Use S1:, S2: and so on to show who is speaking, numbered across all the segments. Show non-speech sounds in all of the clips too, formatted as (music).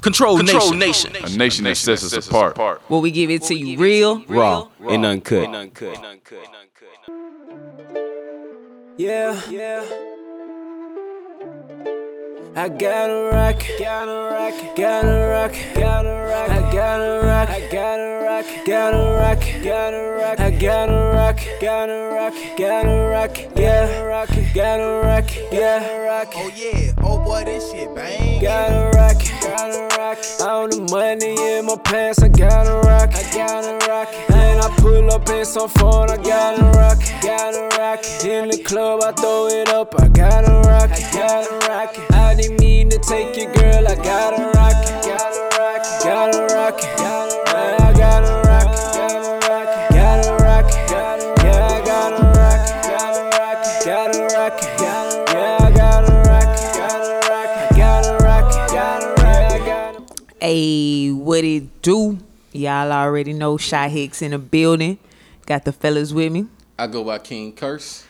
S1: Control, Nation.
S2: A nation that sets us apart.
S3: Will we give it to you real?
S4: raw, and uncut. Yeah, yeah. I gotta rock, gotta rock, gotta rock, gotta rock. I gotta rock, I gotta rock, gotta rock, gotta rock. I gotta rock, gotta rock, gotta rock, yeah, rock, gotta rock, yeah, rock.
S5: Oh yeah, oh boy, this shit bang.
S4: Gotta rock, gotta rock. All the money in my pants, I gotta rock, I gotta rock. And I pull up in some phone, I gotta rock, gotta rock. In the club, I throw it up, I gotta rock, I gotta rock. I didn't mean to take your girl, I gotta rock, gotta rock, gotta rock. Man, I gotta rock, gotta rock, gotta rock. Yeah, I gotta rock, gotta rock, gotta rock. Yeah, I gotta rock, gotta rock, gotta rock, gotta rock. Yeah, I gotta.
S3: Hey, what it do? Y'all already know Shy Hicks in the building. Got the fellas with me.
S6: I go by King Curse.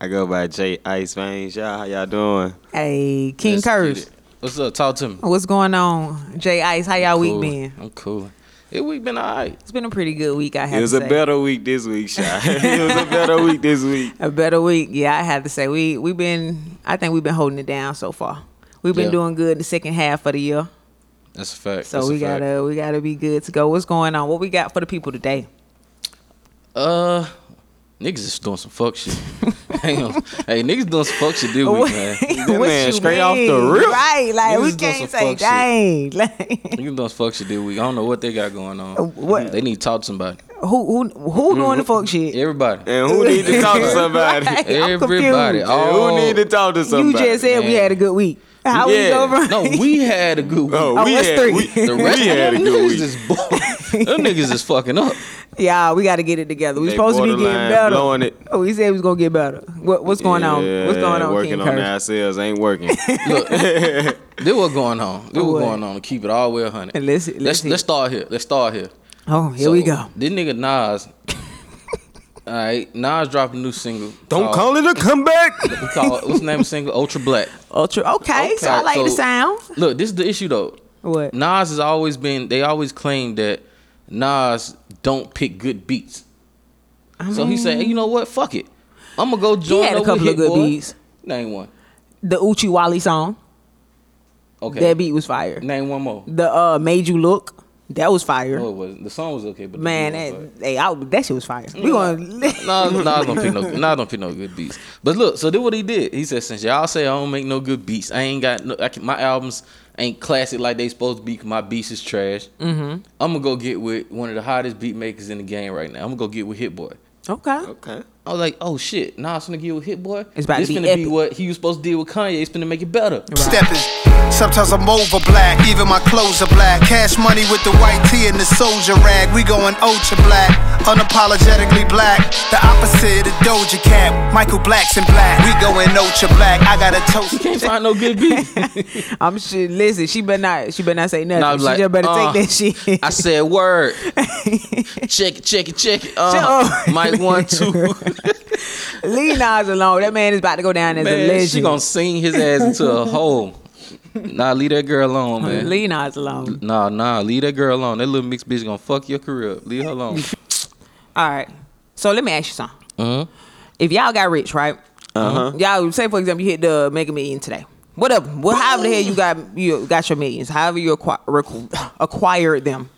S4: I go by J Ice Veins. Y'all, how y'all doing?
S3: Hey, King
S6: Let's get
S3: Curse.
S6: it. What's up? Talk to me.
S3: What's going on? Jay Ice, how y'all
S6: Cool.
S3: week been?
S6: I'm cool. It week been all right.
S3: It's been a pretty good week, I have
S4: It was
S3: to
S4: a
S3: say.
S4: better week this week, Shy. (laughs) it was a better week this week.
S3: a better week. Yeah, I have to say we we've been I think we've been holding it down so far. We've been
S6: Yeah.
S3: doing good the second half of the year.
S6: That's a fact.
S3: So
S6: That's a
S3: we
S6: fact.
S3: gotta we gotta be good to go. What's going on? What we got for the people today?
S6: Uh, niggas is doing some fuck
S3: (laughs)
S6: shit. Hang on. Hey, niggas doing some fuck shit this week, man.
S3: What
S4: man
S3: you
S4: straight off the
S3: mean?
S4: rip.
S3: Right, like
S6: Niggas
S3: we
S6: is doing
S3: can't
S6: some
S3: say
S6: fuck shit.
S3: dang. (laughs) Like
S6: Niggas doing some fuck shit this week. I don't know what they got going on.
S3: Uh, what-
S6: They need to talk to somebody.
S3: who who
S6: Mm,
S3: who doing the fuck shit?
S6: Everybody.
S4: And who need to talk to somebody? (laughs)
S3: Right. I'm
S6: Everybody.
S3: confused.
S6: All-
S4: Who need to talk to
S3: You
S4: somebody?
S3: just said we
S6: man.
S3: had a good week. How we
S4: Yeah.
S3: go right?
S6: No, we had a good week.
S4: Oh,
S3: Oh,
S4: we
S3: us
S4: had
S3: three.
S4: we,
S6: The rest
S4: we
S6: of
S4: had a
S6: them niggas
S4: good week.
S6: is boring. them niggas is fucking up.
S3: (laughs) Yeah, we got to get it together. We
S4: They
S3: supposed to be getting
S4: borderline
S3: better.
S4: blowing it.
S3: Oh, we said we was gonna get better. What, what's going on? What's going
S4: Yeah,
S3: on,
S4: Working
S3: King
S4: on
S3: Curtis?
S4: ourselves ain't
S3: (laughs)
S4: working. (laughs)
S6: Look, this what going on. This
S3: What?
S6: what going on. Keep it all the way 100.
S3: And let's- let's
S6: let's,
S3: hear it.
S6: let's start here. Let's start here.
S3: Oh, here
S6: So,
S3: we go.
S6: This nigga
S3: (laughs)
S6: Nas. all right, Nas dropped a new single.
S4: Don't
S6: called-
S4: call it
S6: (laughs)
S4: a comeback.
S6: We call what's the name of the single? Ultra Black.
S3: Ultra. Okay, so I like the sound.
S6: Look, this is the issue though.
S3: What?
S6: Nas has always been. They always claim that Nas don't pick good beats. so he said, you know what? Fuck it. I'm gonna go join.
S3: had a
S6: up with
S3: couple of
S6: Hit
S3: good
S6: Boy."
S3: beats.
S6: Name one.
S3: The Uchi Wally song.
S6: Okay.
S3: That beat was fire.
S6: Name one
S3: (laughs)
S6: more.
S3: The uh, Made You Look. That was fire.
S6: No, it wasn't. The song was okay, Oh, but the
S3: Man,
S6: beat was
S3: that hey, I, that shit was fire. We (laughs) gonna
S6: Nah, nah, I don't pick no, nah, I don't pick no good beats. But look, so then what he did, he said, since y'all say I don't make no good beats, I ain't got no, I can, my albums ain't classic like they supposed to be. 'cause my beats is trash. Mm-hmm. I'm gonna go get with one of the hottest beat makers in the game right now. I'm gonna go get with Hit Boy.
S3: okay.
S4: okay.
S6: I was like, oh shit, nah, it's gonna get with Hit Boy.
S3: It's about to
S6: this
S3: be
S6: finna be
S3: epic.
S6: what he was supposed to do with Kanye. It's gonna make it better.
S5: Stepping. Sometimes I'm over black, even my clothes are black. Cash money with the white tee and the soldier rag. We going ultra black, unapologetically black. The opposite of Doja Cat, Michael Black's in black. We going ultra black. I got a toast.
S6: Can't (laughs) find no good beats.
S3: I'm sure. Listen, she better not. She better not say nothing.
S6: Nah, I was
S3: she
S6: like,
S3: just better
S6: uh,
S3: take that (laughs) shit.
S6: I said
S3: (laughs)
S6: word. check it, check it, check it. Uh,
S3: Shut up.
S6: Mike one
S3: (laughs)
S6: two.
S3: Leave Nas alone. That man is about to go down as a
S6: Man,
S3: legend.
S6: she gonna sing his ass into
S3: (laughs)
S6: a hole. Nah, leave that girl alone, man.
S3: Leave Nas alone.
S6: Nah, nah, leave that girl alone. That little mixed bitch gonna fuck your career up. Leave her
S3: (laughs)
S6: alone.
S3: All right. So let me ask you something.
S6: Uh-huh.
S3: if y'all got rich, right? Uh huh. Y'all say for example, you hit the mega million today. Whatever. Well, however the hell you got you got your millions, however you acqui- requ- acquired them,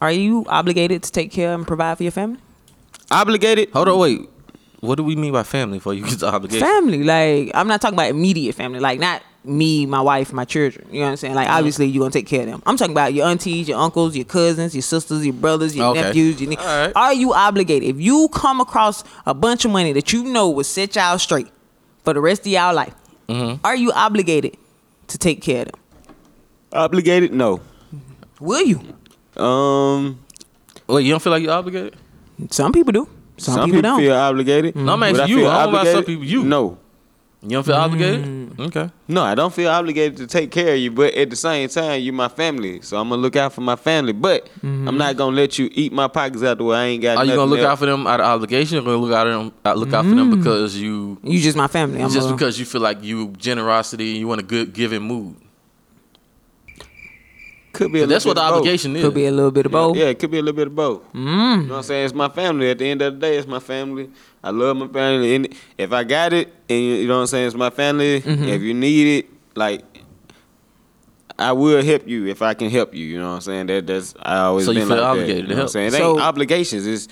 S3: are you obligated to take care and provide for your family?
S4: Obligated.
S6: Hold on, wait. What do we mean by family? For you get the obligation.
S3: Family, like I'm not talking about immediate family, like not me, my wife, my children. You know what I'm saying? Like obviously you're gonna take care of them. I'm talking about your aunties, your uncles, your cousins, your sisters, your brothers, your
S6: Okay.
S3: nephews. Your ne-
S6: All right.
S3: Are you obligated? If you come across a bunch of money that you know will set y'all straight for the rest of y'all life, are you obligated to take care of them?
S4: Obligated? No.
S3: Will you?
S4: Um.
S6: Wait, you don't feel like you're obligated?
S3: Some people do.
S4: Some
S3: Some, people,
S4: people,
S3: don't.
S4: feel obligated.
S6: No, I'm
S4: Would
S6: asking
S4: I
S6: you.
S4: feel
S6: I don't know about some
S4: obligated?
S6: people. You.
S4: No.
S6: You don't
S3: Mm.
S6: feel obligated? Okay.
S4: No, I don't feel obligated to take care of you, but at the same time, you my family, so I'm gonna look out for my family. But I'm not gonna let you eat my pockets out the way I ain't
S6: Mm-hmm.
S4: got.
S6: Are you
S4: nothing
S6: gonna look
S4: else.
S6: out for them out of obligation, or gonna look out them out- look out for
S3: Mm.
S6: them because you
S3: you just my family. I'm
S6: just
S3: a-
S6: because you feel like you generosity, you want a good giving mood?
S1: could be a
S6: That's
S1: little
S6: what
S1: bit
S6: the
S1: of both.
S6: obligation is.
S3: Could be a little bit of both.
S1: Yeah, it could be a little bit of both.
S3: Mm.
S1: You know what I'm saying? It's my family. At the end of the day, it's my family. I love my family. And if I got it, and you you know what I'm saying, it's my family.
S3: Mm-hmm.
S1: If you need it, like I will help you if I can help you. You know what I'm saying? That that's I always
S6: So you
S1: been
S6: feel
S1: like that,
S6: obligated to
S1: you know what I'm
S6: help.
S1: saying? It
S3: So-
S1: ain't obligations. It's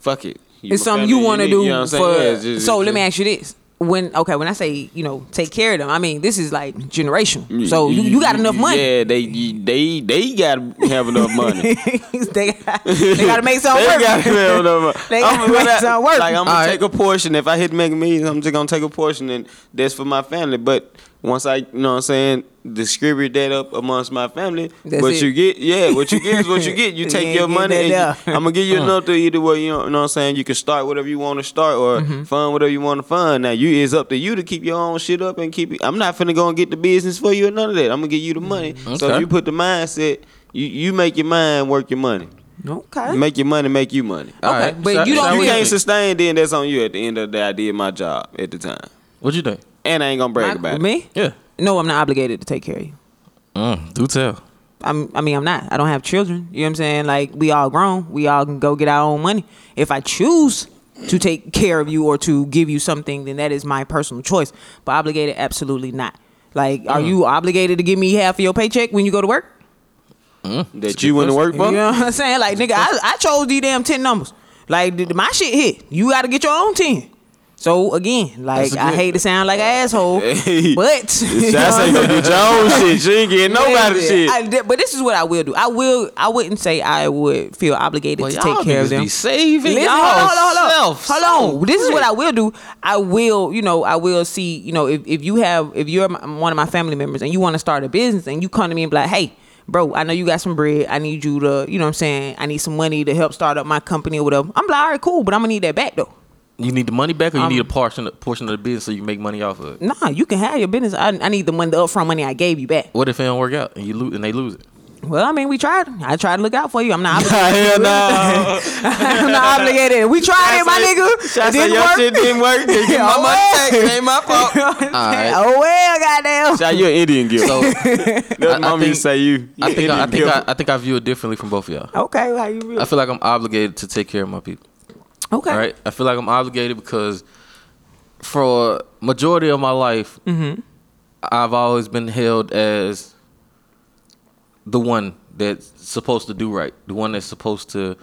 S1: fuck it. You
S3: it's
S1: my
S3: something
S1: family,
S3: you want to
S1: need-
S3: do
S1: you know what I'm saying?
S3: for.
S1: Yeah, it's just-
S3: so
S1: it's
S3: let me
S1: just-
S3: ask you this: When okay, when I say you know take care of them, I mean this is like generational.
S1: Yeah,
S3: So you, you got enough money.
S1: Yeah, they they they got to have enough money.
S3: (laughs) they got, (laughs)
S1: (laughs)
S3: they got to make something
S1: they
S3: work.
S1: got to have enough money.
S3: (laughs) They gotta
S1: I'ma
S3: make
S1: let-
S3: something work.
S1: Like I'm gonna
S6: All right.
S1: take a portion. If I hit mega millions, I'm just gonna take a portion, and that's for my family. But once I, you know, what I'm saying, distribute that up amongst my family.
S3: That's
S1: what
S3: it.
S1: you get, yeah, what you get
S3: (laughs)
S1: is what you get. You
S3: You
S1: take
S3: ain't
S1: your
S3: getting
S1: money.
S3: that
S1: And
S3: down. Uh-huh.
S1: you, I'm gonna
S3: (laughs)
S1: give you enough to either way. You know, you know what I'm saying? You can start whatever you want to start, or
S3: Mm-hmm.
S1: fund whatever you want to fund. Now you it's up to you to keep your own shit up and keep. it. I'm not finna go and get the business for you or none of that. I'm gonna give you the money. So
S6: Okay.
S1: if you put the mindset. You, you make your mind work your money.
S3: (laughs) Okay.
S1: Make your money make you money.
S6: All
S3: Okay, but
S6: So-
S3: you
S6: so
S3: don't
S1: If you
S3: feel-
S1: can't sustain, then that's on you. At the end of the day, I did my job at the time,
S6: What you think?
S1: and I ain't gonna brag
S3: I-
S1: about it.
S3: me?
S6: Yeah.
S3: No, I'm not obligated to take care of you.
S6: Mm, do tell.
S3: I'm, I mean, I'm not. I don't have children. You know what I'm saying? Like, we all grown. We all can go get our own money. If I choose to take care of you or to give you something, then that is my personal choice. But obligated, absolutely not. Like,
S1: Mm.
S3: are you obligated to give me half of your paycheck when you go to work?
S1: That you went to work for. (laughs)
S3: You know what I'm saying? Like, nigga, I, I chose these damn 10 numbers. Like, th- my shit hit. You got to get your own 10. So, again, like,
S6: That's a
S3: I
S6: good-
S3: hate to sound like an asshole,
S1: Hey.
S3: but.
S1: So I
S3: (laughs)
S1: say go do your own shit. She ain't getting nobody's
S3: Listen,
S1: shit.
S3: I did- but this is what I will do. I will. I wouldn't say I would feel obligated to take care of them.
S6: Be saving
S3: Listen,
S6: y'all
S3: hold on, hold on,
S6: self.
S3: hold on. Hold on. This is what I will do. I will, you know, I will see, you know, if, if you have, if you're my, one of my family members and you want to start a business and you come to me and be like, hey, bro, I know you got some bread. I need you to, you know what I'm saying? I need some money to help start up my company or whatever. I'm like, all right, cool, but I'm going to need that back though.
S6: You need the money back, or you
S3: Um,
S6: need a portion portion of the business so you can make money off of it.
S3: Nah, you can have your business. I, I need the money, the upfront money I gave you back.
S6: What if it don't work out and you lose and they lose it?
S3: Well, I mean, we tried. I tried to look out for you. I'm not obligated. (laughs)
S1: Hell no.
S3: I'm not obligated. We tried it, my nigga. It
S1: Shots
S3: didn't
S1: your
S3: work.
S1: shit didn't work. (laughs) Then get my
S3: (laughs) Oh,
S1: money
S3: well.
S1: back. It ain't
S6: (laughs)
S1: my fault.
S6: right.
S3: (laughs) Oh well, goddamn.
S1: Shout you an Indian girl.
S6: So I,
S1: That's
S6: I
S1: mama
S6: think-
S1: used to say you.
S6: I think I, I think
S1: Indian
S6: I,
S1: girl.
S6: I think I view it differently from both of y'all.
S3: Okay, how you really?
S6: I feel like I'm obligated to take care of my people.
S3: Okay,
S6: Right? I feel like I'm obligated because for a majority of my life, I've always been held as the one that's supposed to do right, the one that's supposed to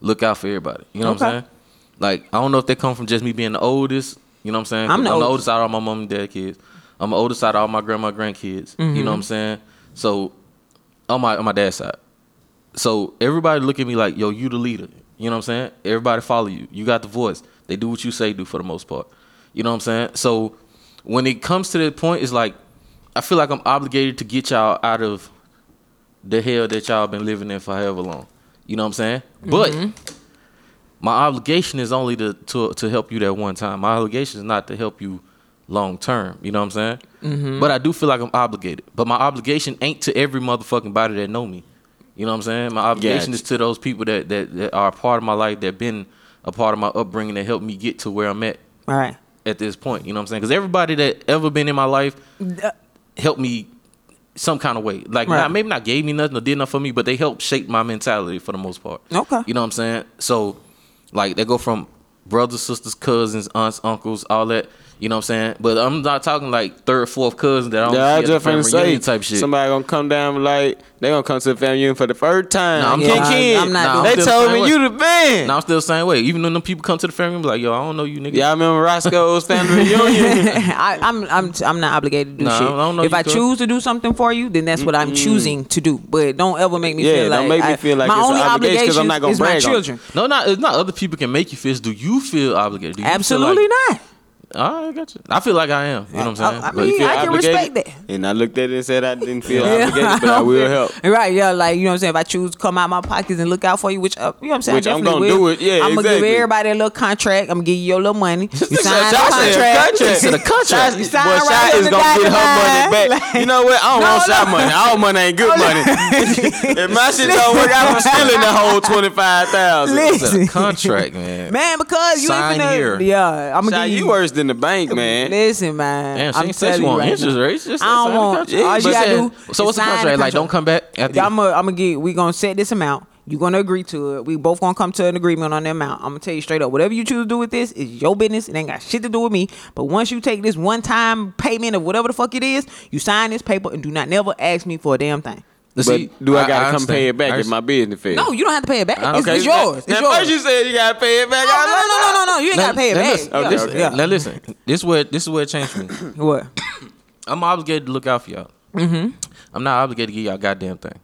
S6: look out for everybody. You know what
S3: Okay.
S6: I'm saying? Like, I don't know if that come from just me being the oldest. You know what I'm saying? 'Cause
S3: I'm
S6: I'm
S3: the
S6: the,
S3: oldest.
S6: oldest out of all my mom and dad kids. I'm the oldest out of all my grandma grandkids.
S3: Mm-hmm.
S6: You know what I'm saying? So on my on my dad's side. So everybody look at me like, yo, you the leader. You know what I'm saying? Everybody follow you. You got the voice. They do what you say do for the most part. You know what I'm saying? So when it comes to that point, it's like I feel like I'm obligated to get y'all out of the hell that y'all been living in for however long. You know what I'm saying? But my obligation is only to, to to help you that one time. My obligation is not to help you long term. You know what I'm saying? But I do feel like I'm obligated. But my obligation ain't to every motherfucking body that know me. You know what I'm saying? My obligation
S1: Gotcha.
S6: is to those people that, that that are a part of my life that been a part of my upbringing that helped me get to where I'm at
S3: all right. (laughs)
S6: at this point. You know what I'm saying? Because everybody that ever been in my life helped me some kind of way. Like
S3: Right.
S6: not, maybe not gave me nothing or did nothing for me, but they helped shape my mentality for the most part.
S3: Okay.
S6: You know what I'm saying? So like they go from brothers, sisters, cousins, aunts, uncles, all that. You know what I'm saying? But I'm not talking like third, fourth cousin that I don't
S1: Yeah, I
S6: see at
S1: just
S6: the family
S1: finna say
S6: reunion type shit.
S1: somebody gonna come down like they gonna come to the family union for the third time.
S6: Nah, I'm
S1: Ken
S6: not-
S1: Ken,
S3: I'm not
S1: They
S6: doing-
S1: told
S6: I'm
S1: me
S6: still
S1: you the man.
S6: now I'm still the same way. Even when them people come to the family, I'm like, yo, I don't know you niggas.
S1: Y'all remember
S6: (laughs)
S1: Roscoe's family reunion?
S3: I, I'm I'm I'm not obligated to do
S6: Nah, I
S3: shit.
S6: don't know
S3: if
S6: you
S3: I
S6: could.
S3: choose to do something for you, then that's what I'm choosing to do. But don't ever make me
S1: Yeah,
S3: feel like
S1: don't make me
S3: I-
S1: feel like
S3: my
S1: it's
S3: only
S1: an obligation 'cause
S3: obligation
S1: I'm not gonna
S3: is my
S1: brag on it.
S3: children.
S6: No, not it's not other people can make you feel. Do you feel obligated? Do you feel
S3: Absolutely
S6: like-
S3: not.
S6: I got you. I feel like I am. You know what I'm saying?
S3: I- I
S6: But-
S3: mean,
S1: feel
S3: I can
S1: obligated?
S3: respect that.
S1: And I looked at it and said I didn't feel
S3: Yeah,
S1: obligated, but I
S3: don't (laughs)
S1: will
S3: feel-
S1: help.
S3: Right, yeah, like you know what I'm saying. If I choose to come out my pockets and look out for you, which uh, you know what I'm saying,
S1: Which
S3: I
S1: I'm
S3: definitely
S1: gonna
S3: will.
S1: do it. Yeah,
S3: I'm gonna give
S1: exactly.
S3: everybody a little contract. I'm gonna give you your little
S1: (laughs)
S3: money. You sign the
S1: Shaq said
S3: contract.
S1: contract.
S6: It's a contract.
S1: Shaq-
S3: You (laughs) sign
S1: Boy,
S3: right
S1: Shaq
S3: under
S1: is
S3: the
S1: gonna get her
S3: guideline.
S1: money back. you know what? I don't
S3: No,
S1: want
S3: no.
S1: Shaq money. All money ain't
S3: (laughs)
S1: good money. if my shit don't work out, I'm stealing the whole twenty five thousand.
S3: Listen. (laughs)
S6: It's a contract, man.
S3: Man, because you
S6: Sign
S3: ain't finna.
S6: here.
S3: Yeah, I'm gonna
S1: Shaq,
S3: give you.
S1: you worse interest in the bank, man.
S3: Listen, man.
S6: Damn, she
S3: I'm
S6: ain't said
S3: telling
S6: she
S3: you
S6: want
S3: right
S6: interest
S3: now.
S6: rates. Just
S3: I don't
S6: sign the
S3: want-
S6: contract.
S3: all you
S6: She
S3: gotta
S6: said- So
S3: do
S6: what's
S3: is
S6: the
S3: sign the
S6: contract like? Don't
S3: contract.
S6: come back after.
S3: I'm gonna I'm get. We gonna set this amount. You gonna agree to it. We both gonna come to an agreement on the amount. I'm gonna tell you straight up. Whatever you choose to do with this is your business. It ain't got shit to do with me. But once you take this one time payment of whatever the fuck it is, you sign this paper and do not never ask me for a damn thing.
S6: But
S1: but do I, gotta come pay it back if my business fails?
S3: No, you don't have to pay it back. It's,
S6: Okay.
S3: it's yours. It's
S1: Now,
S3: yours.
S1: first you said you gotta pay it back.
S3: no,
S1: I like
S3: no, no, no, no, no. You ain't
S6: Now,
S3: gotta pay it
S6: now
S3: back.
S6: Listen, oh,
S3: Yeah,
S6: listen,
S3: yeah.
S6: Now listen, this where this is where it changed me.
S3: What?
S6: I'm obligated to look out for y'all. Mm-hmm. I'm not obligated to give y'all goddamn thing.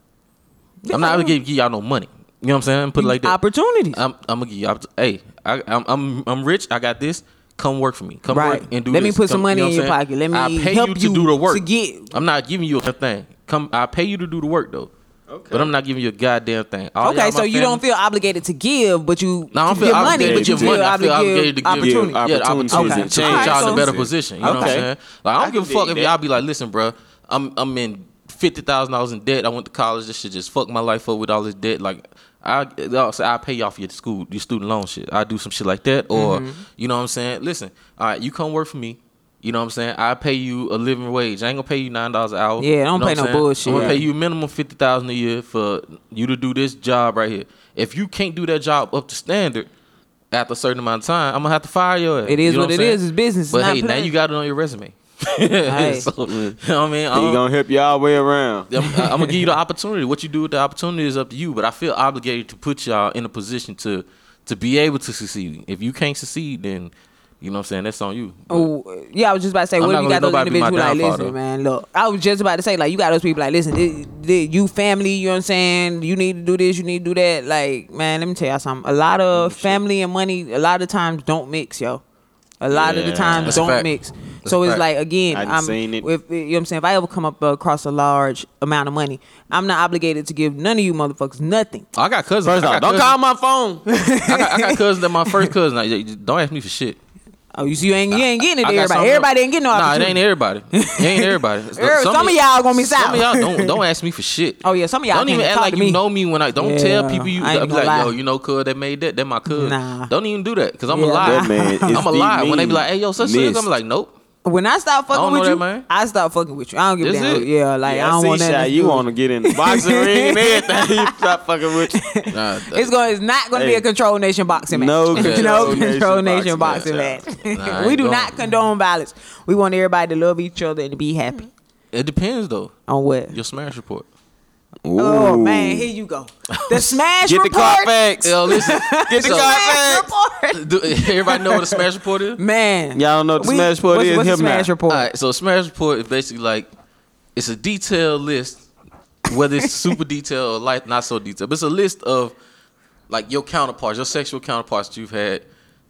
S6: I'm not obligated to give y'all no money. You know what I'm saying? Put it like that.
S3: Opportunities.
S6: I'm, I'm gonna give you. oppor- Hey, I, I'm I'm I'm rich. I got this. Come work for me. Come
S3: Right.
S6: work and do.
S3: Let me
S6: this.
S3: put some
S6: Come-
S3: money in your
S6: what I'm
S3: pocket. Let me
S6: I pay
S3: help
S6: you to
S3: you
S6: do the work.
S3: to get-
S6: I'm not giving you a thing. Come, I pay you to do the work though. Okay. But I'm not giving you a goddamn thing. All y'all my
S3: okay, so you
S6: family-
S3: don't feel obligated to give, but you
S6: No, I
S3: to
S6: feel
S3: give money,
S6: obligated
S3: but
S6: to
S3: you
S1: give
S3: feel
S6: money. I feel
S3: obligated
S6: obligated to
S3: to give
S6: give-
S3: opportunity.
S1: Yeah,
S6: Yeah, the
S1: opportunities
S6: opportunity
S3: Okay.
S6: to
S3: All
S6: change
S3: right,
S6: y'all in
S3: so-
S6: a better position. You know what I'm
S1: Okay.
S6: saying? Like I
S1: I
S6: don't give a
S1: can
S6: fuck
S1: dig
S6: if
S1: that.
S6: y'all be like, listen, bruh, I'm I'm in fifty thousand dollars in debt. I went to college. This shit just fucked my life up with all this debt. Like I, I'll say I pay you off your school, your student loan shit. I do some shit like that, or
S3: Mm-hmm.
S6: you know what I'm saying. Listen, all right, you come work for me. You know what I'm saying? I pay you a living wage. I ain't gonna pay you nine dollars an hour.
S3: Yeah, don't
S6: You know
S3: pay
S6: what I'm
S3: no
S6: saying?
S3: bullshit.
S6: I'm gonna pay
S3: Right.
S6: you minimum fifty thousand a year for you to do this job right here. If you can't do that job up to standard after a certain amount of time, I'm gonna have to fire your ass.
S3: It
S6: You
S3: is
S6: know
S3: what
S6: I'm
S3: it
S6: saying?
S3: is. It's business. It's
S6: But
S3: not
S6: hey, now
S3: playing.
S6: you got it on your resume. (laughs) so, you know what I mean?
S1: He
S6: I'm,
S1: gonna help you all the way around.
S6: I'm- I'm gonna give you the opportunity. What you do with the opportunity is up to you. But I feel obligated to put y'all in a position to to be able to succeed. If you can't succeed, then you know what I'm saying. That's on you. But
S3: Oh yeah, I was just about to say,
S6: I'm
S3: what
S6: not
S3: if
S6: gonna
S3: you got
S6: let
S3: those
S6: nobody be my
S3: individuals who like,
S6: downfall,
S3: listen,
S6: though.
S3: man, look, I was just about to say, like, you got those people like, listen, thi- thi- you family, you know what I'm saying? You need to do this, you need to do that. Like, man, let me tell y'all something. A lot
S6: Oh,
S3: of family and money, a lot of times don't mix, yo. A lot of the
S1: Yeah.
S3: times
S6: a
S3: don't
S6: fact.
S3: mix. so
S6: a
S3: it's
S6: fact.
S3: like again,
S1: I done
S3: I'm
S1: seen it.
S3: If, you know what I'm saying? If I ever come up across a large amount of money, I'm not obligated to give none of you motherfuckers nothing.
S6: I got cousins.
S1: First
S6: I
S1: off,
S6: got
S1: don't
S6: cousins.
S1: call my
S3: (laughs)
S1: phone.
S6: I got, I got cousins that my first cousin. Like, yeah, don't ask me for shit.
S3: Oh, you see, you ain't you ain't getting it.
S6: I
S3: To
S6: got
S3: everybody,
S6: something-
S3: everybody ain't getting no
S6: Nah, it
S3: opportunity.
S6: ain't everybody. It ain't
S3: (laughs)
S6: everybody.
S3: Every- some of y'all gonna be
S6: Some
S3: sour.
S6: of y'all
S3: (laughs)
S6: don't don't ask me for shit.
S3: Oh, yeah, some of y'all
S6: don't
S3: can't
S6: even act
S3: talk
S6: like
S3: to
S6: you
S3: me.
S6: know me when I don't
S3: Yeah,
S6: tell people you.
S3: I ain't
S6: I be
S3: gonna
S6: like,
S3: lie.
S6: yo, you know, cuz that made that. That my cuz.
S3: Nah.
S6: Don't even do that because I'm
S3: Yeah,
S6: a lie.
S3: that
S1: man
S6: (laughs)
S1: is
S6: I'm a
S1: the
S6: lie. When they be like, hey, yo, such shit,
S1: meanest.
S6: I'm like, nope.
S3: When I stop fucking
S6: I don't
S3: with
S6: know
S3: you,
S6: that man.
S3: I stop fucking with you. I don't give a
S6: That's
S3: damn.
S6: it.
S3: Yeah, like I
S1: Yeah,
S3: don't
S1: see,
S3: want
S1: Shy,
S3: that.
S1: You want to get in the boxing
S3: (laughs)
S1: ring and everything? (laughs) You stop fucking with. You.
S6: Nah,
S3: It's going. It's not going to be
S1: Hey.
S3: a control nation boxing match. (laughs)
S1: No Control
S3: no
S1: Nation
S3: control nation boxing
S1: boxing
S3: match. (laughs)
S1: match,
S6: Nah, I
S3: we
S6: ain't
S3: do
S6: going.
S3: not condone violence. We want everybody to love each other and to be happy.
S6: It depends though.
S3: On what?
S6: Your smash report.
S3: Oh
S1: Ooh.
S3: man, here you go.
S1: (laughs)
S3: The smash
S1: Get the
S3: report.
S1: clock facts.
S6: Yo, listen.
S1: (laughs) Get the
S6: So-
S1: clock
S3: Smash
S1: facts. (laughs)
S3: report.
S6: do, everybody know what a smash report is?
S3: Man,
S1: Y'all don't know what the
S3: we-
S1: smash report
S3: what's,
S1: is?
S3: What's the
S1: Him
S3: smash
S1: now.
S3: report?
S6: All right, so a smash report is basically like it's a detailed list, whether it's super detailed or light, not so detailed. But it's a list of like your counterparts, your sexual counterparts that you've had.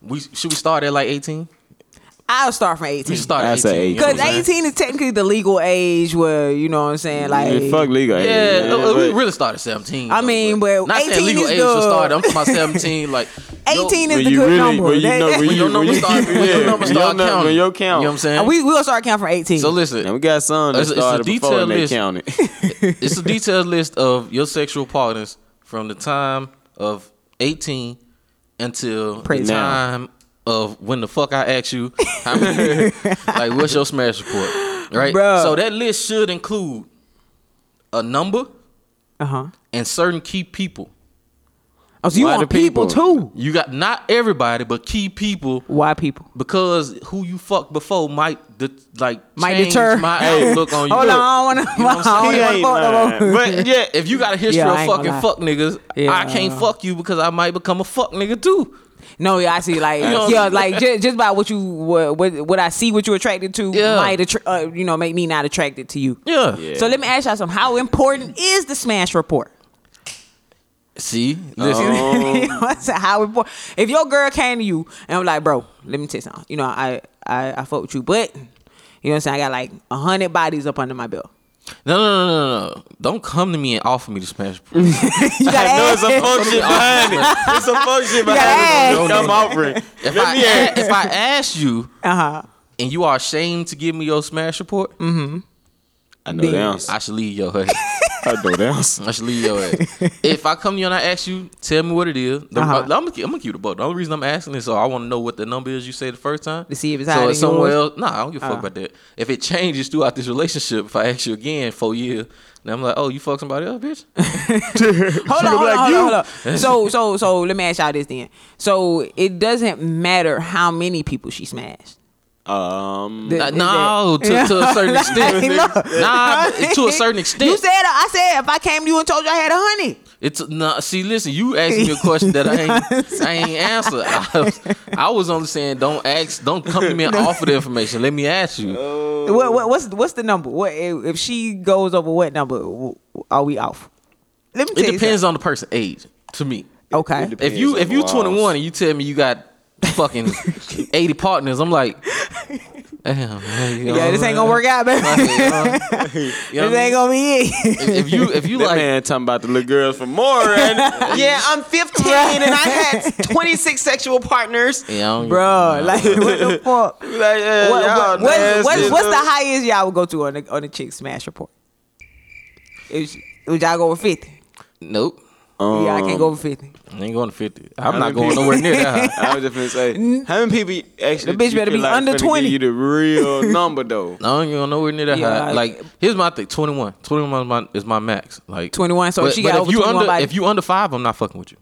S6: We should we start at like eighteen?
S3: I'll start from
S6: We
S3: eighteen.
S6: should start at
S1: I'd say
S6: eighteen. you know
S3: Because
S6: what I'm saying?
S3: eighteen is technically the legal age where you know what I'm saying. Like
S1: Fuck legal. age,
S6: Yeah,
S1: man,
S6: no, we
S1: but-
S6: really started seventeen.
S3: I
S6: though,
S3: mean, but
S6: not
S3: 18
S6: saying legal
S3: is
S6: age
S3: the-
S6: for started. I'm talking about seventeen. Like yo,
S3: (laughs) eighteen
S1: when
S3: is the
S1: you
S3: good
S1: really,
S3: number.
S1: When you
S3: That- (laughs)
S1: know, when
S6: When
S1: you,
S6: your number
S1: when you-
S6: start- when your
S1: yeah,
S6: number
S1: when your
S6: start
S1: num-
S6: counting.
S1: When your
S6: You
S1: count.
S6: know what I'm saying?
S3: we we'll start counting from eighteen.
S6: so listen,
S1: And we got some that
S6: It's a- it's a
S1: started before and
S6: detailed
S1: they
S6: list.
S1: counted. (laughs)
S6: it's a detailed list of your sexual partners from the time of 18 until
S3: Praise
S6: the
S1: Now.
S6: time of when the fuck I ask you, how
S3: (laughs)
S6: many, like what's your smash report, right?
S3: Bruh.
S6: So that list should include a number
S3: uh huh.
S6: and certain key people.
S3: Oh, so you
S1: Why
S3: want
S1: the
S3: people?
S1: people?
S3: too?
S6: You got not everybody, but key people
S3: Why people?
S6: because who you fucked before might de- like
S3: Might
S6: change
S3: deter. (laughs)
S6: my outlook on you.
S3: Hold on, (laughs) I
S6: You
S3: don't
S6: know
S3: want
S6: what
S3: to.
S6: I'm
S3: I
S1: He
S3: don't
S1: ain't
S3: want to fuck no
S1: lying.
S3: more.
S1: But yeah,
S6: If you got a history
S3: Yeah, I
S6: of
S3: ain't gonna
S6: fucking
S3: lie.
S6: fuck niggas,
S3: Yeah.
S6: I can't fuck you because I might become a fuck nigga too.
S3: No, yeah, I see. Like,
S6: know-
S3: yeah, like just, just by what you what, what what I see, what you're attracted to,
S6: Yeah.
S3: might attra- uh, you know make me not attracted to you.
S6: Yeah.
S3: So let me ask y'all something. How important is the smash report?
S6: See, listen,
S3: You (laughs) know what I'm saying? How important? If your girl came to you and I'm like, bro, let me tell you something. You know, I I, I fuck with you, but you know what I'm saying. I got like a hundred bodies up under my belt.
S6: no, no, no, no, no. Don't come to me and offer me the smash. report.
S3: (laughs) You gotta
S1: I know it's a
S3: ask-
S1: function behind it. It's a function
S3: ask.
S1: behind it. Don't come offering.
S6: if
S1: Let
S6: I
S1: me ask.
S6: a- if I ask you,
S3: Uh-huh.
S6: and you
S3: Mm.
S6: are ashamed to give me your smash report,
S1: I know the answer.
S6: I should leave your hood.
S1: I know that's
S6: I should leave your
S3: (laughs)
S6: ass. if I come to you and I ask you, tell me what it is. The,
S3: Uh-huh.
S6: I'm, gonna keep- I'm gonna keep the buck. The only reason I'm asking is so I want to know what the number is you say the first time
S3: To see if it's
S6: so
S3: higher
S6: it's
S3: than
S6: somewhere
S3: yours? Uh.
S6: else. Nah, I don't give a fuck about that. If it changes throughout this relationship, if I ask you again for years, then I'm like, oh, you fuck somebody else, bitch.
S3: hold on, hold on, hold on, hold on. So, so, so let me ask y'all this then. So it doesn't matter how many people she smashed.
S1: um.
S3: Th-
S6: Nah,
S3: is
S6: no,
S3: that-
S6: to, to a certain
S3: (laughs) Like,
S6: extent.
S3: look.
S6: (laughs) Nah, to a certain extent.
S3: You said I said if I came to you and told you I had a honey.
S6: It's nah. See, listen. You asked me a question that I
S3: (laughs)
S6: ain't, I ain't answer. I, was- I was only saying, don't ask, don't come to me and offer the information. Let me ask
S3: Uh.
S6: you.
S3: What, what what's what's the number? What if if she goes over what number w- are we off? Let me tell
S6: it
S3: you
S6: depends on the person's age. To me,
S3: something. Okay.
S1: depends.
S6: if you
S1: Depends
S6: if
S1: on
S6: you
S1: the laws.
S6: 21 and you tell me you got
S3: (laughs)
S6: fucking 80 partners, I'm like, damn. Man, you know
S3: yeah, this ain't gonna work out, baby.
S6: You
S3: (laughs)
S6: know, you know
S3: this
S6: what I
S3: ain't
S6: mean?
S3: gonna be it.
S6: If- If you
S3: (laughs)
S6: if you
S1: that
S6: like (laughs)
S1: man talking about the little girls from Moran.
S7: Yeah, I'm
S3: (laughs)
S7: 15 and I had 26 sexual partners.
S6: yeah, I don't-
S3: Bro, like (laughs) what the fuck? What,
S1: like, yeah, y'all
S3: what, what's,
S1: nasty,
S3: what's, what's the
S1: though.
S3: highest y'all would go to on the on the chick smash report? If she- would y'all go with fifty?
S6: nope.
S3: yeah, I can't go with fifty.
S6: I ain't going to 50. I'm
S1: How
S6: not
S1: many
S6: going
S3: (laughs)
S1: people-
S6: nowhere near
S1: (laughs)
S6: that. high.
S1: I was just gonna say, how many people actually?
S3: The bitch
S1: you
S3: better
S1: feel
S3: be under
S1: finna
S3: 20.
S1: Give you the real number though.
S6: I ain't going nowhere near that
S3: Yeah,
S6: high.
S3: like-
S6: Like, here's my thing: 21, 21 is my, is my max. Like
S3: 21, so if she got
S6: if
S3: over
S6: you
S3: 21
S6: under
S3: by-
S6: if you under five, I'm not fucking with you.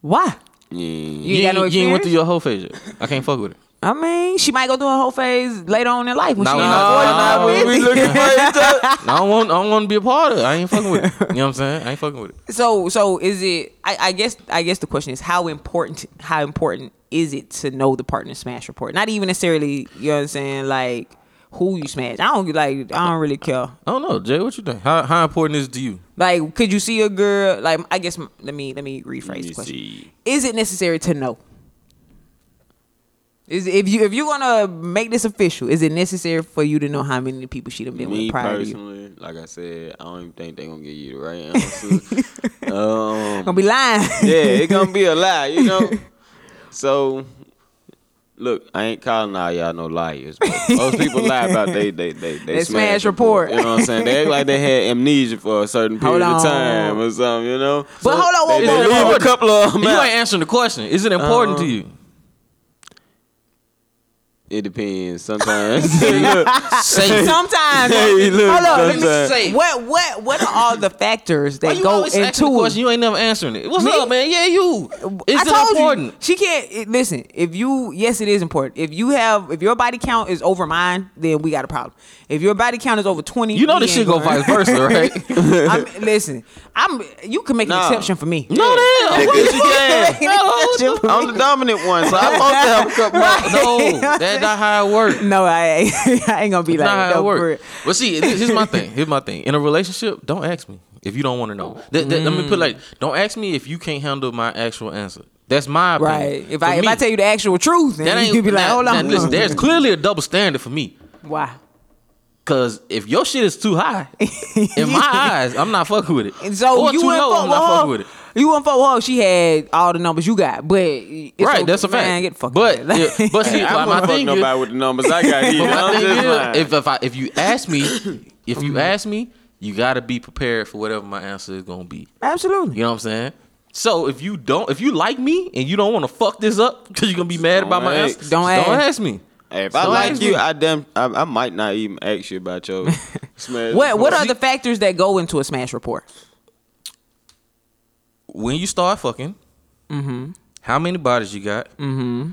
S3: Why?
S1: Yeah.
S3: You, ain't got no
S6: you ain't went
S3: experience?
S6: through your whole phase yet. I can't fuck with it.
S3: I mean, she might go through a whole phase later on in life when
S6: Nah,
S3: she
S6: we
S3: ain't
S6: not- nah,
S3: forty, not
S6: we- we
S3: fifty.
S6: looking I don't want I don't want to be a part of it. I ain't fucking with it. You know what I'm saying? I ain't fucking with it.
S3: (laughs) So so is it I, I guess I guess the question is how important how important is it to know the partner smash report? Not even necessarily, you know what I'm saying, like who you smash. I don't like I don't really care.
S6: I don't know, Jay. What you think? How how important is it to you?
S3: Like could you see a girl like I guess let me let me rephrase
S1: Let me
S3: the question.
S1: see.
S3: Is it necessary to know? Is if you if you're gonna make this official, is it necessary for you to know how many people she done been
S1: Me
S3: with prior to you?
S1: personally, like I said, I don't even think they gonna get you the right answer. um,
S3: Gonna be lying.
S1: yeah, it gonna be a lie, you know. (laughs) So, look, I ain't calling all y'all no liars. But most people lie about they they they they,
S3: They smash report.
S1: You know what I'm saying? They act like they had amnesia for a certain
S3: Hold
S1: period of
S3: on.
S1: time or something. You know.
S3: But hold on,
S1: they,
S3: whoa,
S1: they
S3: whoa, whoa.
S1: leave a couple of them
S6: You
S1: out.
S6: ain't answering the question. Is it important
S3: Uh,
S6: to you?
S1: It depends. Sometimes. Look,
S6: Say it.
S3: (laughs) Sometimes.
S1: Hey, look,
S3: hold on, let me
S1: sometimes.
S3: say. What what what are all the factors
S6: Why
S3: that
S6: you
S3: go
S6: always asking the
S3: into it?
S6: question? You ain't never answering it. What's
S3: Me?
S6: up, man? Yeah, you. Is
S3: I
S6: it
S3: told
S6: important?
S3: you she can't it- listen. If you yes, it is important. If you have if your body count is over mine, then we got a problem. If your body count is over twenty,
S6: You, know
S3: we
S6: this shit
S3: ain't
S6: go
S3: going-
S6: vice versa, right?
S3: (laughs)
S6: (laughs)
S3: I'm, listen, I'm you can make an
S1: Nah.
S3: exception for me. (laughs)
S6: No, damn. What you
S3: Make
S6: saying?
S3: an
S6: (laughs)
S3: exception for
S1: I'm
S3: me.
S1: the dominant one, so I'm supposed to have a couple. Of,
S6: No, that's not how it works.
S3: No, I ain't, I ain't gonna be like
S6: not
S3: that.
S6: how it
S3: no, for
S6: works.
S3: real.
S6: But see, this-
S3: (laughs)
S6: here's my thing. Here's my thing. In a relationship, don't ask me if you don't want to know. That- that- Let me put it like, don't ask me if you can't handle my actual answer. That's my opinion.
S3: Right. If
S6: For
S3: I if
S6: me,
S3: I tell you the actual truth,
S6: that
S3: then
S6: ain't
S3: you'd be like,
S6: now-
S3: hold
S6: now
S3: on.
S6: listen, there's clearly a double standard for me.
S3: (laughs) Why?
S6: Cause if your shit is too
S3: (laughs)
S6: high, in my eyes, I'm not fucking with it.
S3: And so
S6: or
S3: you
S6: too
S3: went
S6: low,
S3: for
S6: I'm not
S3: her.
S6: fucking with it.
S3: You went for her. She had all the numbers you got, but it's
S6: Right,
S3: okay,
S6: that's a fact.
S3: Man, get the fuck
S6: But-
S3: out of here.
S6: yeah, but
S3: (laughs)
S6: see, Well,
S1: I don't
S6: my
S1: wanna fuck
S6: thing is-
S1: nobody with the numbers I got here.
S6: But my
S1: I'm
S6: thing
S1: just
S6: is,
S1: lying.
S6: if if I if you ask me, if
S3: Mm-hmm.
S6: you ask me, you gotta be prepared for whatever my answer is gonna be.
S3: absolutely.
S6: You know what I'm saying? So if you don't, if you like me and you don't want to fuck this up because you're gonna be mad about my
S1: Don't
S6: answer,
S1: ask.
S3: Don't
S6: just
S3: ask.
S6: me.
S1: If
S6: So
S1: I like
S6: ask
S1: you,
S6: me.
S1: I damn, I, I might not even ask you
S6: (laughs)
S1: about your smash.
S3: What What
S1: report.
S3: are the factors that go into a smash report?
S6: When you start fucking,
S3: Mm-hmm.
S6: how many bodies you got? Mm-hmm.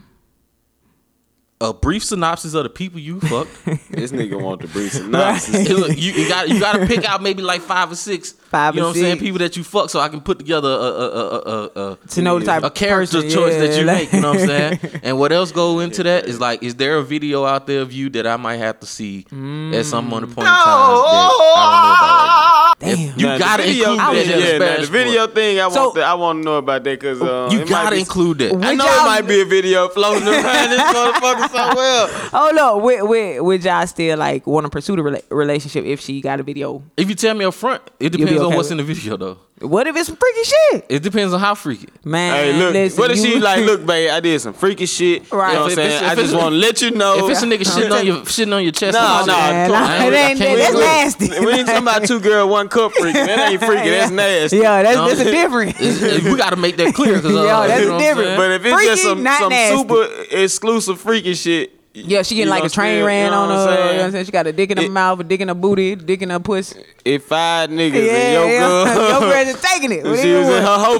S6: A brief synopsis of the people you
S3: (laughs)
S6: fucked.
S1: this nigga want
S6: (laughs)
S1: to bring some nonsense?
S6: Hey, look, you, you got you got to pick out maybe like five or six.
S3: Five
S6: You
S3: or
S6: know what I'm saying?
S3: six.
S6: People that you fuck, so I can put together a a a a, a, a
S3: To know the type
S6: a
S3: of
S6: character
S3: person,
S6: choice that
S3: yeah,
S6: you
S3: like-
S6: make. You know what I'm
S3: (laughs)
S6: saying? And what else go into that is like, is there a video out there of you that I might have to see at some point in time that
S3: Mm.
S6: I don't know about? Right now?
S3: (laughs) Damn.
S6: you
S1: Now, the
S6: gotta
S1: video
S6: include that
S1: thing-
S6: in the
S1: Yeah, now,
S6: Spanish Oh,
S1: the video thing, I
S3: So-
S1: want, to, I want to know about that because uh,
S6: You
S1: it might
S6: gotta
S1: be- (laughs)
S6: include that.
S1: I
S3: Would
S1: know
S3: y'all-
S1: it might be a video floating around this motherfucker somewhere.
S3: Oh no, would, would, would y'all still like want to pursue the rela- relationship if she got a video?
S6: (laughs) If you tell me up front, it
S3: be
S6: depends on
S3: okay
S6: what's
S3: with
S6: in the video though.
S3: What if it's some freaky shit,
S6: It depends on how freaky.
S3: man?
S1: Hey, look.
S3: listen,
S1: what if
S3: you-
S6: (laughs)
S3: (laughs)
S1: she like? Look, babe, I did some freaky shit.
S3: Right.
S1: You know what
S6: If
S1: I'm
S6: it's- if
S1: saying? I just
S6: it's-
S1: want to let you know.
S6: If it's a
S3: Oh,
S1: (laughs)
S6: nigga shitting
S3: (laughs)
S6: on your shitting on your chest, come
S1: Nah,
S6: on,
S1: nah,
S6: man.
S3: Man,
S1: come on.
S3: I-
S6: I
S3: it ain't- that's
S6: can't do it.
S3: nasty.
S1: we ain't talking
S3: (laughs)
S1: about two girl, one cup freaky. That ain't
S6: (laughs)
S1: freaky. That's nasty.
S3: Yeah, that's,
S6: No.
S3: that's a
S6: (laughs)
S3: different.
S6: It's- we got to make that clear
S3: (laughs)
S6: because uh,
S3: Yo, that's
S6: you know what I'm
S3: different.
S6: saying?
S1: But if it's
S3: Freaky,
S1: just some,
S3: not
S1: some
S3: nasty.
S1: super exclusive freaky shit.
S3: (laughs) Yeah, she getting
S1: you
S3: like a
S1: know
S3: train
S1: what I'm saying?
S3: ran
S1: You know
S3: on her.
S1: what I'm
S3: You know
S1: saying?
S3: what I'm saying? She got a dick in her
S1: It-
S3: mouth, a dick in her booty, a dick in her pussy.
S1: If five niggas
S3: Yeah,
S1: in your
S3: yeah.
S1: girl,
S3: your
S1: (laughs)
S3: girl just taking it.
S1: she was
S3: (laughs)
S1: in her whole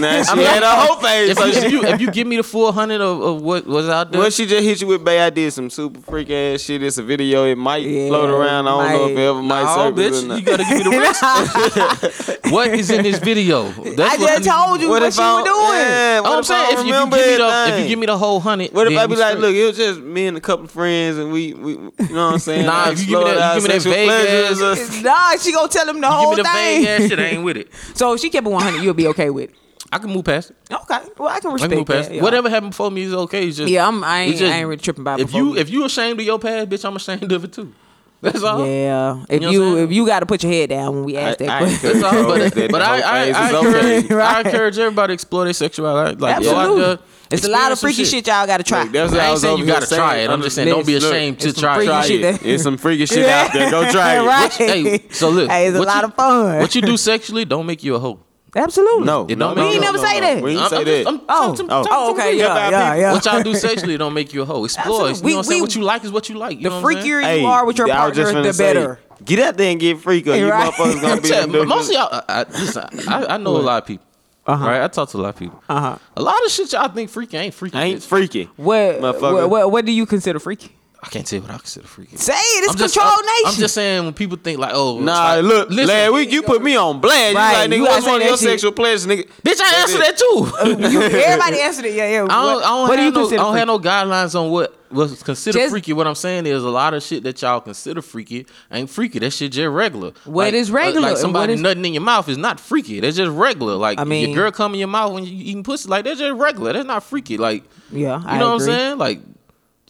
S6: (laughs)
S1: Now she had her whole phase.
S6: if,
S1: So
S6: you, if, (laughs)
S1: she,
S6: you, if you give me the four hundred of, of what was out there,
S1: Once she just hit you with, babe, I did some super freak ass shit. It's a video. It might float around. I don't know if
S3: might.
S1: it ever might
S6: oh
S1: surface or
S6: bitch,
S1: not.
S6: you gotta give me
S1: (laughs)
S6: the rest. (laughs) what is in this
S3: (laughs)
S6: video? That's
S3: I just told you what,
S1: if
S3: she
S1: I
S3: was
S1: don't-
S3: doing.
S1: Yeah, what
S6: I'm
S1: if
S6: saying
S1: I
S6: if
S1: don't
S6: you, give
S1: remember
S6: me the, if you
S1: everything?
S6: give me the whole hundred,
S1: What if
S6: then
S1: I be
S6: we
S1: like,
S6: straight.
S1: look, it was just me and a couple of friends, and we, we you know what I'm saying?
S6: (laughs) Nah,
S1: I
S6: if you give me that-
S1: explored
S6: you
S1: our
S6: give me that
S1: sexual
S6: vague
S1: pleasures,
S6: ass-
S1: uh,
S3: Nah, she gonna tell him the
S6: give
S3: whole
S6: me the
S3: thing.
S6: vague ass shit, I ain't with it.
S3: (laughs) So if she kept it 100. You'll be okay with it.
S6: I can move past it.
S3: Okay. Well, I can
S6: I
S3: respect
S6: can move past
S3: that.
S6: it.
S3: yeah.
S6: Whatever happened before me is okay. It's just
S3: Yeah, I'm. I
S6: it's
S3: ain't,
S6: just-
S3: I ain't really tripping about
S6: If
S3: before
S6: you
S3: me.
S6: if you ashamed of your past, bitch, I'm ashamed of it too. (laughs) That's all.
S3: yeah. If
S6: know what
S3: you
S6: I'm saying?
S3: if you got to put your head down when we ask that
S1: I- I
S3: question.
S6: That's all.
S1: That
S6: But,
S1: the
S6: but I,
S1: whole
S6: I,
S1: phase
S6: I,
S1: is
S6: encourage,
S3: (laughs) okay.
S6: I encourage everybody to explore their sexuality. Like, go out there,
S3: Absolutely. (laughs) It's a lot
S6: experience
S3: of
S6: some
S3: freaky shit, y'all got to try.
S1: Look, that's what
S6: I
S1: I
S6: ain't
S1: was
S6: saying you
S1: over
S6: gotta
S1: here
S6: try it. I'm just saying don't be
S1: look,
S6: ashamed to
S3: it's some
S6: try
S3: freaky
S1: Try
S6: it.
S3: shit
S1: it. It's some freaky shit out there. Go try
S6: (laughs)
S3: (laughs)
S1: it.
S3: right.
S6: Hey, so look,
S3: Hey, it's a
S6: what
S3: lot
S6: you-
S3: of fun.
S6: What you do sexually don't make you a hoe.
S3: Absolutely.
S1: No,
S6: It
S1: no,
S6: don't
S1: no,
S6: mean- We ain't
S1: no,
S3: never
S1: no,
S3: say
S1: no.
S3: that.
S1: We
S6: I'm-
S1: ain't say
S6: I'm
S1: that.
S6: just- I'm
S3: Oh.
S6: talking to- talking
S1: Oh.
S6: to
S3: Oh, okay.
S6: me.
S3: Yeah,
S1: about
S3: yeah,
S1: people.
S3: yeah.
S6: What
S3: (laughs)
S6: y'all do sexually don't make you a hoe. Explore. You
S3: Absolutely.
S6: know what I'm
S3: We-
S6: saying?
S3: we-
S6: What you like is what you like. You
S3: the
S6: know what I'm saying?
S3: freakier you are with your
S1: I was
S3: partner,
S1: just
S3: the
S1: finna say,
S3: better.
S1: Get out there and get freak, or you
S3: Right.
S1: motherfuckers gonna
S6: I'm (laughs)
S1: be
S6: telling-
S1: in the-
S6: but most of y'all, I, I, listen, I, I know a lot of people. Right, I talk to a lot of people.
S3: Uh-huh.
S6: A lot of shit y'all think freaky ain't freaky.
S1: ain't
S6: It's-
S1: freaky.
S3: What,
S1: Motherfucker.
S3: what what what do you consider freaky?
S6: I can't tell you what I consider freaky.
S3: Say it. It's
S6: I'm just-
S3: control
S6: I'm-
S3: nation.
S6: I'm just saying when people think like, oh, it's
S1: Nah,
S6: like-
S1: look,
S6: listen,
S1: lad, we, you put me on blast.
S3: Right,
S1: You like,
S3: you
S1: nigga, what's
S3: gotta
S1: one
S3: say
S1: of your
S3: that shit. Uh,
S1: sexual pleasures, nigga?
S6: bitch, I answer that too. (laughs)
S3: You- everybody answered it. Yeah, yeah.
S6: I don't, I don't,
S3: what do you
S6: have, no, I
S3: consider?
S6: don't
S3: freaky?
S6: have no guidelines on what was considered
S3: Just-
S6: freaky. What I'm saying is a lot of shit that y'all consider freaky ain't freaky. That shit just regular.
S3: What
S6: What is
S3: is regular and
S6: Like
S3: what
S6: somebody
S3: is-
S6: nothing in your mouth is not freaky. That's just regular. Like
S3: I mean-
S6: your girl come in your mouth when you eating pussy. Like that's just regular. That's not freaky. Like
S3: Yeah,
S6: you know
S3: I
S6: what I'm
S3: agree.
S6: saying? Like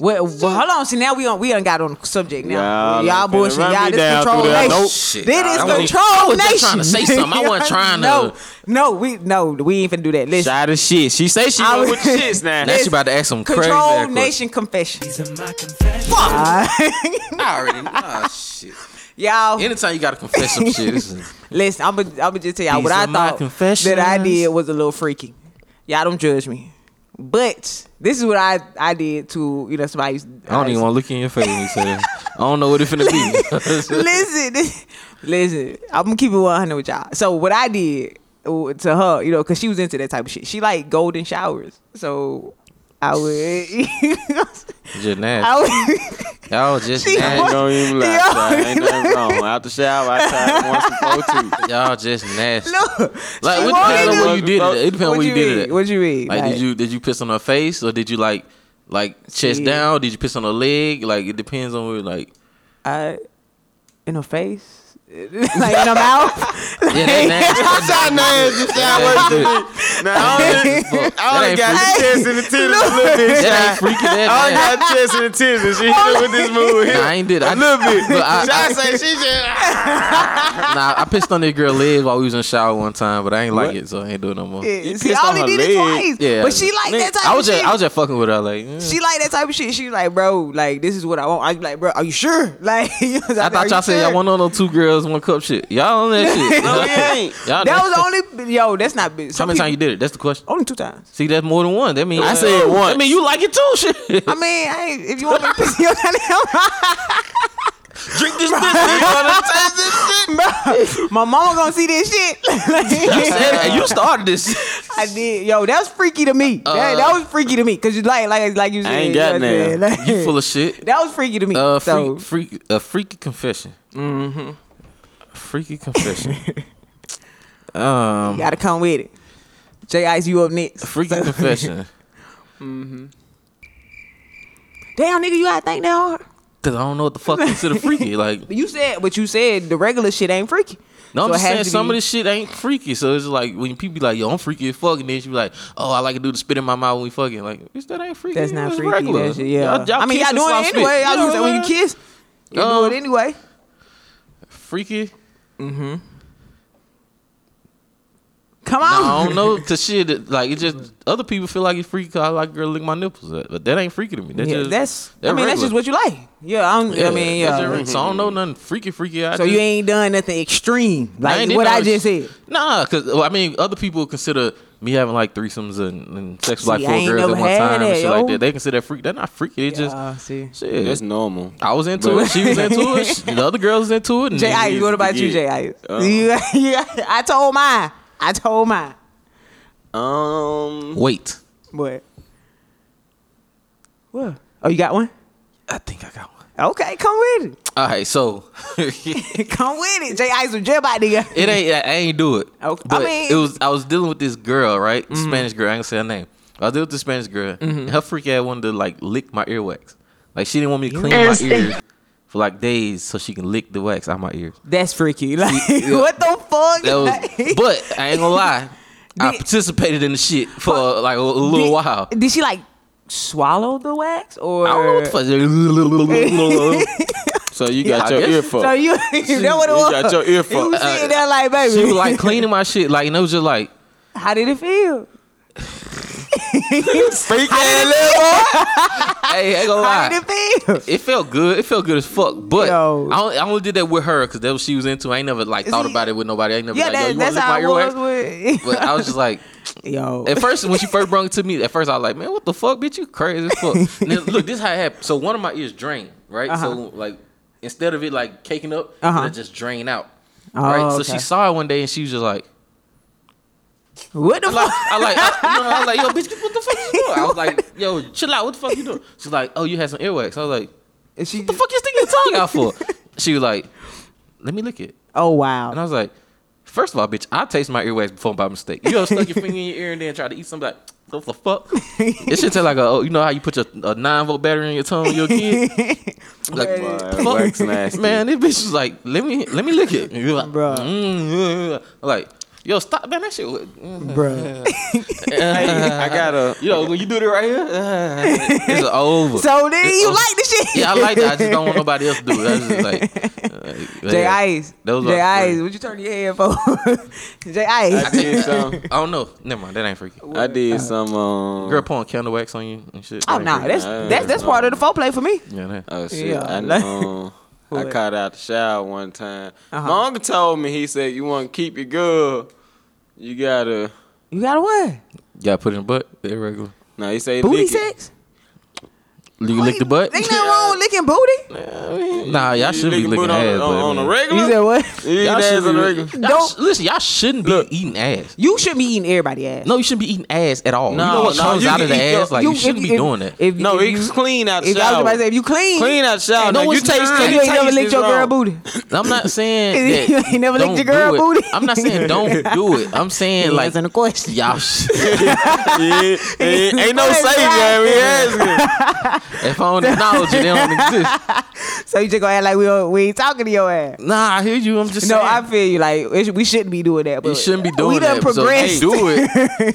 S3: Well, well, hold on. See, now we on we done got on the subject now. Y'all,
S1: Y'all done finna
S3: bullshit.
S1: run
S3: Y'all
S1: me
S3: this
S1: down
S3: control
S1: through that.
S3: nation.
S1: Nope.
S6: shit.
S3: This is
S6: I was-
S3: control
S6: I was
S3: nation.
S6: just trying to say something. I
S3: (laughs)
S6: wasn't trying to-
S3: No, no, we no, we ain't finna do that. Listen,
S1: Shot of shit. She say she
S3: I
S1: know
S3: was-
S1: with the shits now.
S6: now she about to ask some crazy ass
S3: control
S6: question.
S3: nation confession. (laughs)
S6: I already ah shit.
S3: Y'all,
S6: Anytime you gotta confess some shit, this is-
S3: listen. I'm gonna I'm just tell y'all
S6: These
S3: what I
S6: are my
S3: thought that I
S6: confessions.
S3: did was a little freaky. Y'all don't judge me, but this is what I I did to you know somebody.
S6: I don't even want to look in your face when you say that. I don't know what it finna be. (laughs)
S3: listen, (laughs) listen. I'm gonna keep it 100 with y'all. So what I did uh, to her, you know, because she was into that type of shit. She like golden showers. So I would, (laughs)
S6: just nasty.
S3: I would.
S6: Y'all just
S3: She
S6: nasty.
S1: Ain't don't even lie,
S3: Yo.
S1: child. Ain't nothing wrong. Out the shower, I tried once before too.
S6: Y'all just nasty.
S3: Look,
S6: like
S3: she
S6: it
S3: wanted
S6: depends on
S3: to-
S6: where you did it. at. It (laughs) depends on
S3: What
S6: where you
S3: you
S6: did
S3: mean?
S6: it. at.
S3: What you mean?
S6: Like,
S3: Like-
S6: did you did you piss on her face or did you like like chest
S3: Shit.
S6: down? Did you piss on her leg? Like it depends on where like
S3: I, in her face, (laughs) like in
S6: (laughs)
S3: her mouth.
S6: yeah, that nasty.
S1: Shot nasty. Shot worse than me. Now, I
S6: (laughs)
S1: only, I only
S6: ain't
S1: got
S6: freaky.
S1: the
S3: (laughs)
S1: chest and the titties a little bit,
S6: That ain't
S1: child.
S6: freaky.
S1: I
S6: That
S1: only
S6: nasty.
S1: got the chest and the titties and she
S3: Oh,
S1: hit it with this move
S6: Nah,
S1: here.
S6: I ain't did. I,
S1: A little
S6: (laughs)
S1: bit.
S6: Look, I-
S1: Shot say she just...
S6: (laughs) nah, I pissed on this girl leg while we was in the shower one time, but I ain't like it, so I ain't doing no more.
S3: See,
S1: pissed
S3: I
S1: on
S3: only
S1: her
S3: did it
S1: leg.
S3: twice.
S6: Yeah,
S3: but she like that type
S6: I
S3: of
S6: was just
S3: shit.
S6: I was just fucking with her like. eh.
S3: she like that type of shit. She was like, bro, like this is what I want. I was like, bro, are you sure? (laughs) Like, I
S6: I thought y'all said y'all want on those two girls, one cup shit. Y'all on that
S3: (laughs)
S6: shit.
S1: No, we ain't.
S6: (laughs) Y'all
S3: Oh, That
S6: know.
S3: was the only yo. That's not big.
S6: how
S3: Some
S6: many times
S3: people-
S6: you did it? That's the question.
S3: Only two times.
S6: See, that's more than one. That means
S1: I said
S6: I
S1: once.
S6: mean, you like it too. (laughs) Shit.
S3: I mean, I ain't, if you want me to piss your
S6: Drink
S3: (laughs)
S6: this bitch.
S3: my mama gonna see this shit. (laughs)
S6: you said it. You started this.
S3: I did, yo. That was freaky to me.
S6: Uh,
S3: that, that was freaky to me because you like, like, like you said.
S1: (laughs) ain't got
S3: you know what I'm
S1: none.
S3: saying?
S6: You full of shit.
S3: (laughs) That was freaky to me.
S6: Uh, freak,
S3: so
S6: freak, a freaky confession. Mm-hmm. Freaky confession.
S3: you gotta come with it. J Ice, you up next?
S6: freaky confession.
S3: (laughs) Damn, nigga, you gotta think that hard.
S6: Cause I don't know what the fuck consider freaky. Like,
S3: But you said, but you said the regular shit ain't freaky.
S6: No, I'm
S3: So it
S6: just
S3: has
S6: saying
S3: to
S6: some
S3: be-
S6: of this shit ain't freaky. So it's like when people be like, "Yo, I'm freaky as fuck," and then she be like, "Oh, I like to do the spit in my mouth when we fucking." Like, bitch, that ain't freaky.
S3: That's not
S6: It's
S3: freaky.
S6: regular.
S3: That shit, yeah.
S6: Y'all- y'all
S3: I
S6: kiss
S3: mean, y'all
S6: and
S3: doing
S6: slap
S3: it
S6: spit.
S3: anyway. Y'all
S6: You know
S3: do it when you
S6: what?
S3: kiss. You do
S6: Um,
S3: it anyway.
S6: Freaky. Mm-hmm.
S3: Come
S6: I
S3: on.
S6: don't
S3: (laughs)
S6: know to shit. that- Like it just other people feel like it's freaky. 'cause I like a girl lick my nipples, at, but that ain't freaky to me. That
S3: Yeah,
S6: just,
S3: that's. I mean,
S6: regular.
S3: that's just what you like. Yeah. I, don't, I mean,
S6: that's
S3: yeah. Mm-hmm.
S6: just- So I don't know nothing freaky, freaky. I
S3: So
S6: just,
S3: you ain't done nothing extreme
S6: I
S3: like
S6: ain't did
S3: what
S6: no
S3: I
S6: sh-
S3: just said.
S6: Nah, because I mean, other people consider me having like threesomes and, and sex with like
S3: See, I
S6: four
S3: ain't
S6: girls at
S3: never
S6: one
S3: had
S6: time and
S3: that,
S6: shit like
S3: yo.
S6: that. They consider that freak. They're not freaky. They
S3: Yeah,
S6: just
S3: Uh, see.
S6: shit.
S1: That's normal.
S6: I was into
S1: But-
S6: it. She was into it.
S3: (laughs)
S6: sh- The other girls into it. and-
S3: Jay Ice, what about you, Jay
S1: Yeah.
S3: Ice?
S6: Uh-huh.
S3: (laughs) Yeah, yeah, I told mine. I told mine.
S1: Um,
S6: Wait,
S3: What? What? Oh, you got one?
S6: I think I got one.
S3: Okay, come with
S6: All right, so (laughs)
S3: it. (laughs) come with it. Jay Ice was Jay by nigga.
S6: It ain't. I ain't do it.
S3: Okay.
S6: But
S3: I mean- Mm-hmm.
S6: it was. I was dealing with this girl, right? Spanish girl. I ain't gonna say her name. I was dealing with this Spanish girl. and Her freak ass wanted to like lick my earwax. Like she didn't want me to clean my ears for like days, so she can lick the wax out my ears.
S3: That's freaky. (laughs) Like,
S6: yeah.
S3: what the
S6: (laughs)
S3: fuck?
S6: That was.
S3: (laughs) Like,
S6: but I ain't gonna lie. I
S3: Did-
S6: participated in the shit for like a, a little
S3: did,
S6: while.
S3: Did she like swallow the wax or?
S6: I don't know what the
S3: (laughs)
S6: fuck.
S1: so you
S6: Yeah,
S1: got
S6: I
S1: your
S6: guess-
S1: ear
S3: So
S1: fucked.
S3: you, (laughs) you know what it
S1: you
S3: was?
S1: got your ear fucked. (laughs)
S3: You was sitting there like, baby.
S6: uh, she was like cleaning my shit, like and it was just like
S3: (laughs) how did it feel?
S1: Freak ass
S6: hey, I ain't gonna
S3: How
S6: lie.
S3: did it feel?
S6: It felt good. It felt good as fuck. But
S3: Yo.
S6: I, only, I only did that with her because that was she was into. I ain't never like thought
S3: See-
S6: about it with nobody. I ain't never
S3: Yeah,
S6: like, yo,
S3: that,
S6: you
S3: that's
S6: want to
S3: how
S6: lick
S3: I
S6: my earwax?
S3: was with.
S6: But I was just like,
S3: (laughs) Yo.
S6: at first when she first brought it to me, at first I was like, man, what the fuck, bitch, you crazy as
S3: (laughs)
S6: fuck. And then, look, this how it happened. So one of my ears drained, right? So like instead of it like caking up,
S3: Uh-huh.
S6: it just drained out.
S3: Oh,
S6: right. So
S3: okay.
S6: she saw it one day and she was just like.
S3: What the
S6: I like,
S3: fuck?
S6: I like, I, you know, I was like, yo, bitch, what the fuck you doing? I was like, yo, chill out. What the fuck you doing? She's like, oh, you had some earwax. I was like,
S3: And she
S6: the fuck you sticking your tongue out
S3: (laughs)
S6: for? She was like, let me lick it.
S3: Oh
S6: And I
S3: wow.
S6: was like, first of all, bitch, I taste my earwax before by mistake. You ever stuck your finger in your ear and then try to eat something like, what the fuck? It should taste like a, oh, you know how you put your, a 9 volt battery in your tongue when you're a
S3: (laughs)
S6: kid? Like,
S1: Boy,
S6: fuck.
S1: wax nasty.
S6: Man, this bitch was like, let me let me lick it. And you're like,
S3: Bruh.
S6: mm, mm, mm. like, yo, stop, man, that shit. was- mm.
S3: Bruh.
S1: I got a.
S6: You know, when you do it right here, (laughs) uh, it's over.
S3: So then
S6: oh.
S3: you like the shit.
S6: yeah, I like that. I just don't want
S3: (laughs)
S6: nobody else to do it. I was just like, uh, like,
S3: Jay
S6: yeah.
S3: Ice.
S6: Those
S3: Jay
S6: are-
S3: Ice. What you turn your head for? (laughs) Jay
S1: I
S3: Ice.
S1: did some.
S6: I don't know. Never mind. That ain't freaky.
S1: I did some. Um,
S6: Girl pouring candle wax on you and shit.
S3: (laughs) Oh
S6: That ain't
S3: no,
S6: freaky.
S3: that's that's that's part of the foreplay for me.
S6: yeah, that.
S1: Oh shit!
S3: Yeah,
S1: I
S3: like-
S1: know. I
S3: What? Uh-huh.
S1: caught out the shower one time. My uncle told me. He said, "You want to keep your girl, you gotta."
S3: You gotta what?
S6: You gotta put it in the butt. Irregular.
S1: No, he said
S3: Booty
S1: lick it.
S3: sex?
S6: You can lick the butt.
S3: Ain't nothing wrong with
S6: (laughs)
S3: licking booty.
S6: Nah, y'all
S1: You
S6: should be
S1: lick
S6: licking
S1: boot on,
S6: ass.
S1: on, on
S6: but,
S1: the
S6: man,
S1: regular.
S3: You said what?
S1: You eat
S6: Y'all
S1: ass
S6: should
S1: on the
S6: be-
S1: regular.
S6: y'all sh- listen, y'all shouldn't be
S1: Look.
S6: eating ass.
S3: You should be eating everybody ass.
S6: No, you shouldn't be eating ass at all. you
S1: No,
S6: know what
S1: no,
S6: comes
S1: you
S6: out
S1: can
S6: of the
S1: eat your-
S6: ass? Like you,
S3: if-
S6: shouldn't be
S3: if-
S6: doing that.
S3: If,
S1: No,
S3: if
S1: it's
S3: you,
S1: clean out the
S3: if I was
S1: shower.
S3: about to say, if you clean,
S1: Clean out the shower.
S6: no,
S1: Now, you
S6: it's
S1: taste
S6: not.
S1: any
S3: you ain't never
S1: taste
S3: licked
S1: is
S3: your girl
S1: wrong.
S3: booty.
S6: I'm not saying that
S3: (laughs) You never licked
S6: don't
S3: your girl
S6: do it.
S3: booty?
S6: I'm not saying don't
S3: (laughs)
S6: do it. I'm saying like
S3: Answering the question. (laughs)
S6: y'all. Sh- (laughs)
S1: Yeah, yeah, ain't no
S3: Right,
S1: safe,
S3: right.
S1: man. We asking.
S3: (laughs)
S6: if I don't acknowledge it, they don't exist.
S3: So you just gonna act like we don't, we ain't talking to your ass.
S6: Nah, I hear you. I'm just
S3: No,
S6: saying.
S3: I feel you. Like it sh- we shouldn't be doing that. But
S6: You shouldn't be doing
S3: we done
S6: that.
S3: Progressed.
S6: So, hey, do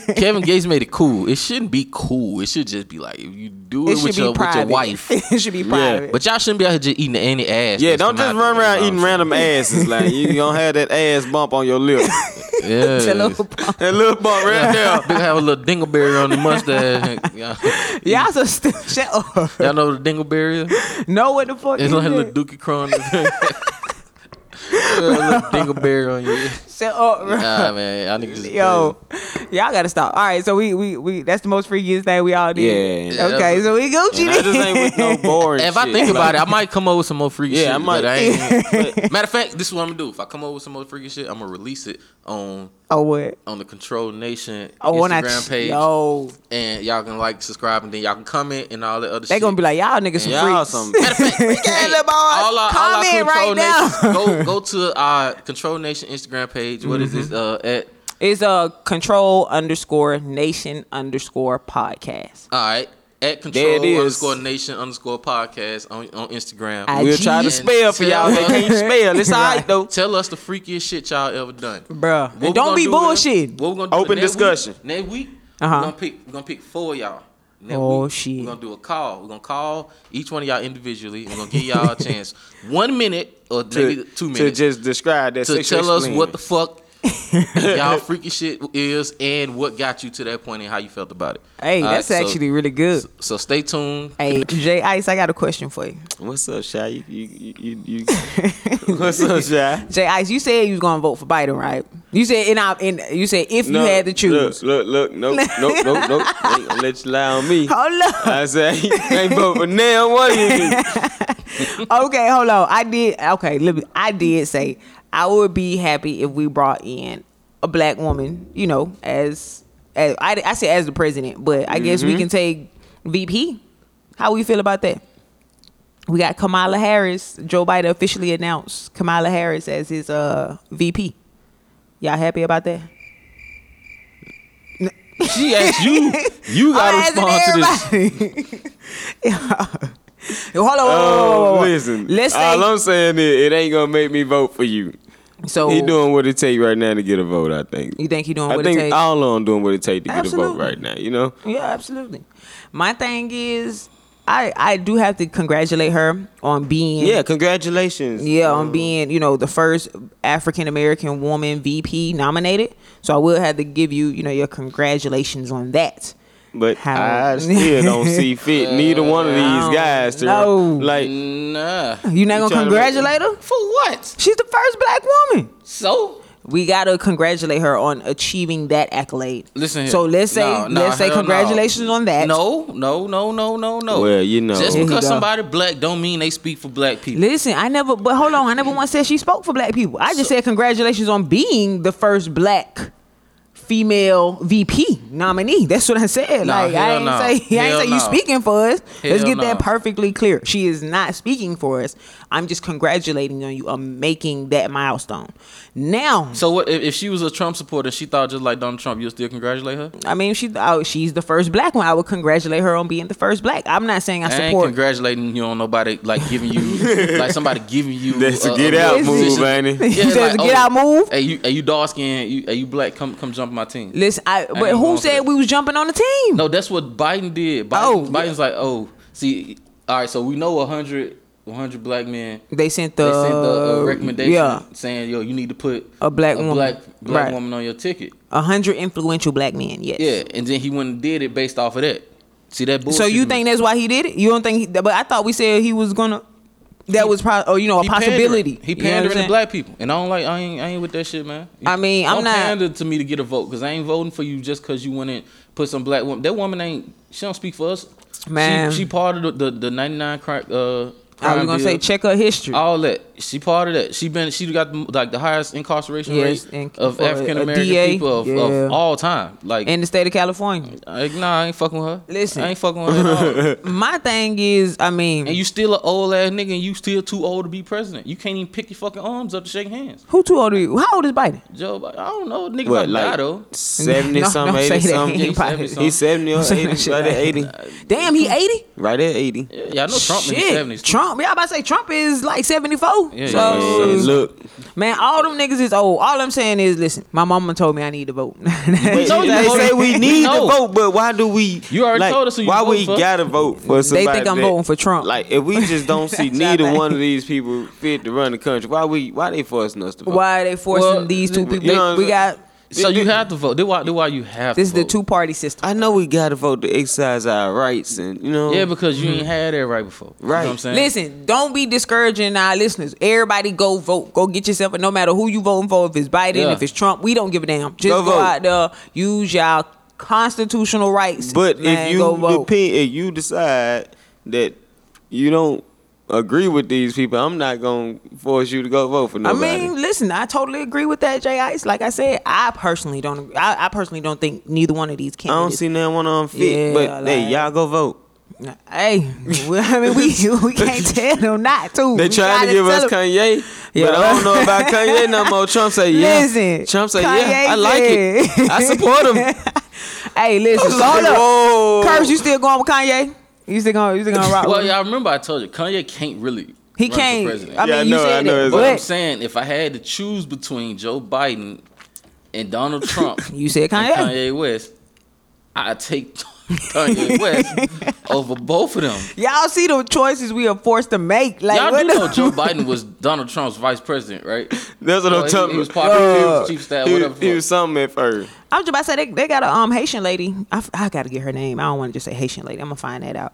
S6: it. Kevin Gates made it cool. It shouldn't be cool. It should just be like if you do
S3: it
S6: it,
S3: should
S6: with
S3: be
S6: your with your
S3: private.
S6: wife.
S3: (laughs) it should be private.
S6: But y'all shouldn't be out here just eating any ass.
S1: Yeah,
S6: that's
S1: don't just
S6: come out
S1: run
S6: of it,
S1: around
S6: you
S1: eating
S6: know what
S3: (laughs)
S1: random asses. Like you gonna have that ass bump on your (laughs) lip.
S6: I'm saying?
S3: Hello,
S6: Yeah.
S3: Paul.
S1: That little bump right there.
S6: Big have a little dingleberry on the mustache. (laughs) y'all,
S3: (laughs) y'all so still (laughs) shut
S6: (laughs)
S3: up.
S6: y'all know the dingleberry? is?
S3: Know what the fuck?
S6: It's
S3: Is
S6: like a little
S3: it?
S6: dookie crumb.
S1: (laughs)
S6: Yeah, a little dingleberry on you.
S3: Shut up, bro.
S6: Nah, man, y'all niggas just
S3: oh, (laughs) Yo, y'all gotta stop. All right, so we we we that's the most freakiest thing we all did.
S1: Yeah.
S3: Okay, so we Gucci.
S1: I just ain't with (laughs) no boring.
S6: If I
S1: shit.
S6: think
S1: Like,
S6: about it, I might come up with some more freaky shit.
S1: Yeah, I
S6: But I
S3: (laughs)
S1: (laughs) might.
S6: ain't, matter of fact, this is what I'm gonna do. If I come up with some more freaky shit, I'm gonna release it on
S3: (laughs) oh what?
S6: on the Control Nation
S3: Oh, when I
S6: Instagram page,
S3: yo,
S6: and y'all can like, subscribe, and then y'all can comment and all that other.
S3: they
S6: shit.
S3: gonna be like y'all niggas some
S1: y'all
S3: freaks. (laughs)
S1: some.
S6: Matter of fact, hey,
S3: little boys,
S6: all our, all our
S3: comment
S6: Control
S3: right
S6: Nations, go go to
S1: (laughs)
S6: our Control Nation Instagram page. What is
S1: Mm-hmm.
S6: this? Uh, at
S3: It's a uh, control underscore nation underscore podcast.
S1: Uh,
S6: all right.
S3: Mm-hmm.
S6: At
S1: There it
S6: control
S1: is.
S6: underscore nation underscore podcast on, on Instagram.
S3: I-
S1: We'll try to
S3: And
S1: spell for y'all.
S6: tell
S1: They
S6: us-
S1: can't spell. It's alright though.
S6: Tell us the freakiest shit y'all ever done.
S3: (laughs) Bruh.
S6: What
S3: And
S6: we
S3: don't
S6: gonna
S3: be
S6: do,
S3: bullshitting.
S6: man? What we gonna do
S1: Open
S6: next
S1: discussion.
S6: Week, next week,
S3: Uh-huh.
S6: we're gonna pick we're gonna pick four of y'all. Next
S3: Oh,
S6: week,
S3: shit.
S6: We're gonna do a call. We're gonna call each one of y'all individually. We're gonna give y'all
S3: (laughs)
S6: a chance. One minute or maybe
S1: To,
S6: two
S1: to
S6: minutes
S1: just describe that
S6: to
S1: sexual
S6: tell us
S3: (laughs)
S1: spleen.
S6: what the fuck y'all freaky shit is and what got you to that point and how you felt about it.
S3: Hey,
S6: All
S3: that's
S6: right, so-
S3: actually really good.
S6: So stay tuned.
S3: Hey, Jay Ice, I got a question for you.
S1: What's up, Shy? You, you, you, (laughs) you- What's up, Shy?
S3: Jay Ice, you said you was gonna vote for Biden, right? You said and I and you said if you had to choose.
S1: Look, look, look nope, nope, nope, nope. Ain't gonna let you lie
S6: (laughs)
S1: on me.
S3: Hold
S1: (laughs)
S3: up.
S1: I said, you ain't vote for now, what you
S3: okay, hold on. I did okay, let me I did say I would be happy if we brought in a black woman, you know, as as I, I said as the president, but I guess we can take VP. How we feel about that? We got Kamala Harris. Joe Biden officially announced Kamala Harris as his uh VP. Y'all happy about that?
S6: She asked you. You got
S3: I'm
S6: to
S3: asking
S6: respond to this.
S3: everybody. (laughs) Yeah. Hold on.
S1: Oh,
S3: whoa, whoa, whoa, whoa.
S1: listen.
S3: Let's say,
S1: all I'm saying is, it ain't gonna make me vote for you.
S3: so
S1: He doing what it take right now to get a vote. I think.
S3: you think Oh. he doing
S1: I
S3: what
S1: think
S3: it takes?
S1: all of them doing what it take to get a
S3: Absolutely.
S1: vote right now. You know.
S3: Yeah, absolutely. My thing is, I I do have to congratulate her on being
S1: Yeah. Congratulations.
S3: yeah on being you know the first African American woman VP nominated. So I will have to give you you know your congratulations on that.
S1: But
S3: How-
S1: I still don't
S3: (laughs)
S1: see fit neither one of
S3: I don't
S1: these guys to
S3: know.
S1: like.
S3: Mm.
S6: Nah.
S3: You're not gonna
S1: You trying to make-
S3: congratulate her?
S6: For what?
S3: She's the first black woman.
S6: So?
S3: we gotta congratulate her on achieving that accolade.
S6: Listen here.
S3: So let's say
S6: No, no,
S3: let's say
S6: hell no.
S3: congratulations on that.
S6: No, no, no, no, no, no.
S1: Well, you know.
S6: Just
S3: Here he
S6: because
S3: go.
S6: somebody black don't mean they speak for black people.
S3: Listen, I never but hold on, I never once said she spoke for black people. I just said congratulations on being the first black female VP nominee. That's what I said.
S6: Nah,
S3: like I
S6: hell
S3: ain't
S6: no.
S3: say I ain't
S6: Hell
S3: say you
S6: no.
S3: speaking for us. let's
S6: Hell
S3: get that
S6: no.
S3: perfectly clear. She is not speaking for us. I'm just congratulating on you on making that milestone. Now
S6: So what if, if she was a Trump supporter, she thought just like Donald Trump, you'll still congratulate
S3: (laughs)
S6: her?
S3: I mean, she oh, she's the first black one. I would congratulate her on being the first black. I'm not saying I
S6: I ain't
S3: support.
S6: congratulating you on nobody like giving you like somebody giving
S1: (laughs)
S6: you
S1: That's a
S6: uh,
S1: get
S6: uh,
S1: out
S3: Listen. (laughs)
S1: move, ain't it?
S6: Yeah,
S3: Just
S6: like,
S3: get
S6: oh,
S3: out move.
S6: Hey, you, hey, you dark skin, you, hey, you black. Come, come jump on my team.
S3: Listen, I, but
S6: ain't
S3: who
S6: going for
S3: said
S6: that.
S3: we was jumping on the team?
S6: No, that's what Biden did. Biden,
S3: Oh,
S6: Biden's like, oh, see, all right. So we know 100, 100 black men.
S3: They sent
S6: They
S3: the,
S6: sent the uh, recommendation
S3: Yeah,
S6: saying, yo, you need to put
S3: A black woman.
S6: black, black
S3: Right.
S6: woman on your ticket.
S3: a hundred influential black men. Yes.
S6: Yeah, and then he went and did it based off of that. See that bullshit.
S3: So you think that's why he did it? You don't think? He, but I thought we said he was gonna. That was probably, or you know, a
S6: He pandering.
S3: possibility.
S6: He
S3: You know what I'm
S6: pandering to
S3: saying?
S6: black people, and I don't like. I ain't. I ain't with that shit, man.
S3: I mean, I'm
S6: Don't
S3: not-
S6: pander to me to get a vote because I ain't voting for you just because you went and put some black woman. That woman ain't. She don't speak for us,
S3: Man.
S6: She, she part of the the, the 99 crime. Uh,
S3: I was
S6: crime
S3: gonna say
S6: bill.
S3: check her history.
S6: all that. She part of that. She been she got the, like the highest incarceration
S3: Yes,
S6: rate
S3: and
S6: of
S3: for a- a
S6: African American
S3: DA,
S6: people of,
S3: yeah.
S6: of all time. Like,
S3: in the state of California,
S6: like, nah, I ain't fucking with her.
S3: Listen.
S6: I ain't fucking with her. At all.
S3: (laughs) my thing is, I mean,
S6: and you still an old ass nigga, and you still too old to be president. You can't even pick your fucking arms up to shake hands.
S3: who too old are you? How old is Biden?
S6: Joe, Biden- I don't know, nigga. about
S1: What like
S6: die, though.
S1: seventy
S3: No,
S1: something,
S3: don't
S1: eighty
S3: say that.
S1: something.
S3: He
S1: He's
S3: probably-
S1: 70
S3: (laughs)
S1: He's seventy or
S3: Some
S1: eighty,
S3: shit
S1: right at
S3: like
S1: eighty,
S3: Damn, he eighty.
S1: right at eighty.
S6: Yeah, I know Trump in the seventies.
S3: Shit, Trump. Yeah, I about to say Trump is like seventy four.
S6: Yeah,
S1: Man,
S3: so
S1: look,
S3: Man, all them niggas is old. All I'm saying is, listen, my mama told me I need to vote. (laughs)
S1: they,
S6: told you
S1: they
S6: to vote.
S1: say
S6: (laughs)
S1: we
S6: We
S1: need to
S6: know.
S1: vote, but why do we?
S6: You already
S1: like,
S6: told us who you
S1: why
S6: vote
S1: we
S6: for.
S1: gotta vote for somebody.
S3: think I'm
S1: that-
S3: voting for Trump.
S1: Like if we just
S3: (laughs)
S1: don't see
S3: That's what I
S1: neither
S3: think.
S1: one of these people fit to run the country, why we? Why they forcing us to vote?
S3: Why are they forcing
S6: Well,
S3: these two people?
S1: you know
S3: we
S1: what I'm
S3: got
S6: So you have to vote. That's why, that's why you have
S3: this is
S6: to
S3: the
S6: vote.
S3: two party system.
S1: I know we gotta vote to exercise our rights, and you know,
S6: Yeah, because you ain't had that right before. You know
S1: Right.
S6: what I'm saying?
S3: Mm-hmm. Listen, don't be discouraging our listeners. Everybody go vote. Go get yourself, no matter who you voting for, if it's Biden,
S6: Yeah.
S3: if it's Trump, we don't give a damn. Just
S1: Go
S3: go,
S1: vote.
S3: out there, use y'all constitutional rights.
S1: But
S3: man,
S1: if you
S3: go vote.
S1: depend, if you decide that you don't agree with these people, I'm not gonna force you to go vote for
S3: I
S1: nobody.
S3: mean, listen, I totally agree with that, Jay Ice. Like I said, I personally don't. agree- I, I personally don't think neither one of these
S1: I
S3: candidates.
S1: don't see none one on fit,
S3: Yeah,
S1: but hey,
S3: like-
S1: y'all
S3: (laughs)
S1: go vote.
S3: Hey, well, I mean, we (laughs) we
S1: (laughs)
S3: can't tell them not to.
S1: They
S3: We
S1: trying
S3: gotta
S1: to give
S3: tell
S1: us
S3: them.
S1: Kanye,
S3: Yeah.
S1: but I don't know about Kanye no more. Trump say yeah.
S3: Listen,
S1: Trump say
S3: Kanye
S1: yeah. I like
S3: said-
S1: it. I
S3: (laughs)
S1: support him.
S3: Hey,
S1: (laughs)
S3: listen, so hold up.
S1: Whoa.
S3: Curse, you still going with Kanye? You still going? You still going to rock?
S6: Well,
S3: with
S6: yeah,
S3: him?
S6: I remember I told you Kanye can't really.
S3: He
S6: run for
S3: can't.
S6: president.
S3: I mean,
S1: Yeah, I
S3: you
S1: know,
S3: said
S1: I know,
S3: that,
S1: it's
S6: But
S1: like-
S6: I'm
S3: but
S6: saying if I had to choose between Joe Biden and Donald Trump
S1: (laughs)
S3: you
S6: and
S3: said Kanye.
S6: Kanye West, I take (laughs) Kanye West
S1: (laughs)
S6: over both of them.
S3: Y'all see the choices we are forced to make. Like,
S6: Y'all
S3: what
S6: do
S3: the-
S6: know Joe Biden was Donald Trump's vice president, right?
S1: That's what
S6: So
S1: I'm
S6: he-
S1: talking
S6: He was
S1: about.
S6: popular, he was chief staff,
S1: He-
S6: whatever.
S1: he, was something at first.
S3: I was just about to say they, they got a um Haitian lady. I, f- I gotta get her name. I don't want to just say Haitian lady. I'm gonna find that out.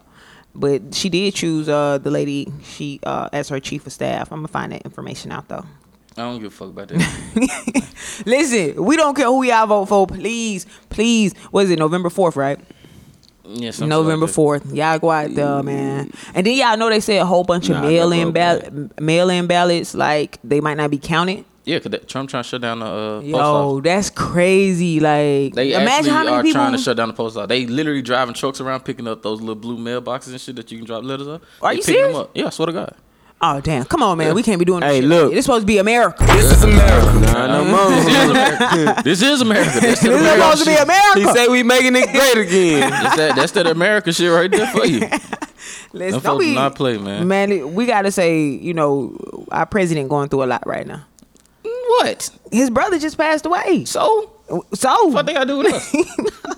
S3: But she did choose uh the lady she uh as her chief of staff. I'm gonna find that information out though. (laughs)
S6: I don't give a fuck about that.
S3: Listen, we don't care who y'all vote for. Please, please. What is it? November fourth, right?
S6: Yeah, something
S3: November
S6: like that.
S3: fourth. Y'all go out there, man. And then y'all know they say a whole bunch of
S6: Nah, I
S3: mail in
S6: vote
S3: ball- mail in ballots. Like they might not be counted.
S6: Yeah, because Trump trying to shut down the uh, post office.
S3: Yo, that's crazy. Like
S6: They
S3: imagine
S6: actually
S3: how many
S6: are
S3: people
S6: trying to shut down the post office. They literally driving trucks around picking up those little blue mailboxes and shit that you can drop letters up.
S3: Are
S6: They
S3: you
S6: picking them
S3: serious?
S6: up. Yeah, I swear to God. (laughs)
S3: Oh damn! Come on, man. We can't be doing. This
S1: Hey,
S3: shit.
S1: look.
S3: It's supposed to be America.
S1: Nah, no more.
S6: This (laughs) is America. this is America.
S3: (laughs)
S6: That's that
S3: This is
S6: America
S3: supposed to be
S6: shit.
S1: He
S3: America.
S1: say we making it great
S6: (laughs)
S1: again.
S6: That's that, that's that America shit right there for
S3: (laughs)
S6: you.
S3: Let's
S6: Them folks do not play, man.
S3: Man, it- we gotta say, you know, our president going through a lot right now.
S6: What?
S3: His brother just passed away.
S6: So?
S3: So
S6: What they got to do with
S3: (laughs)
S6: us?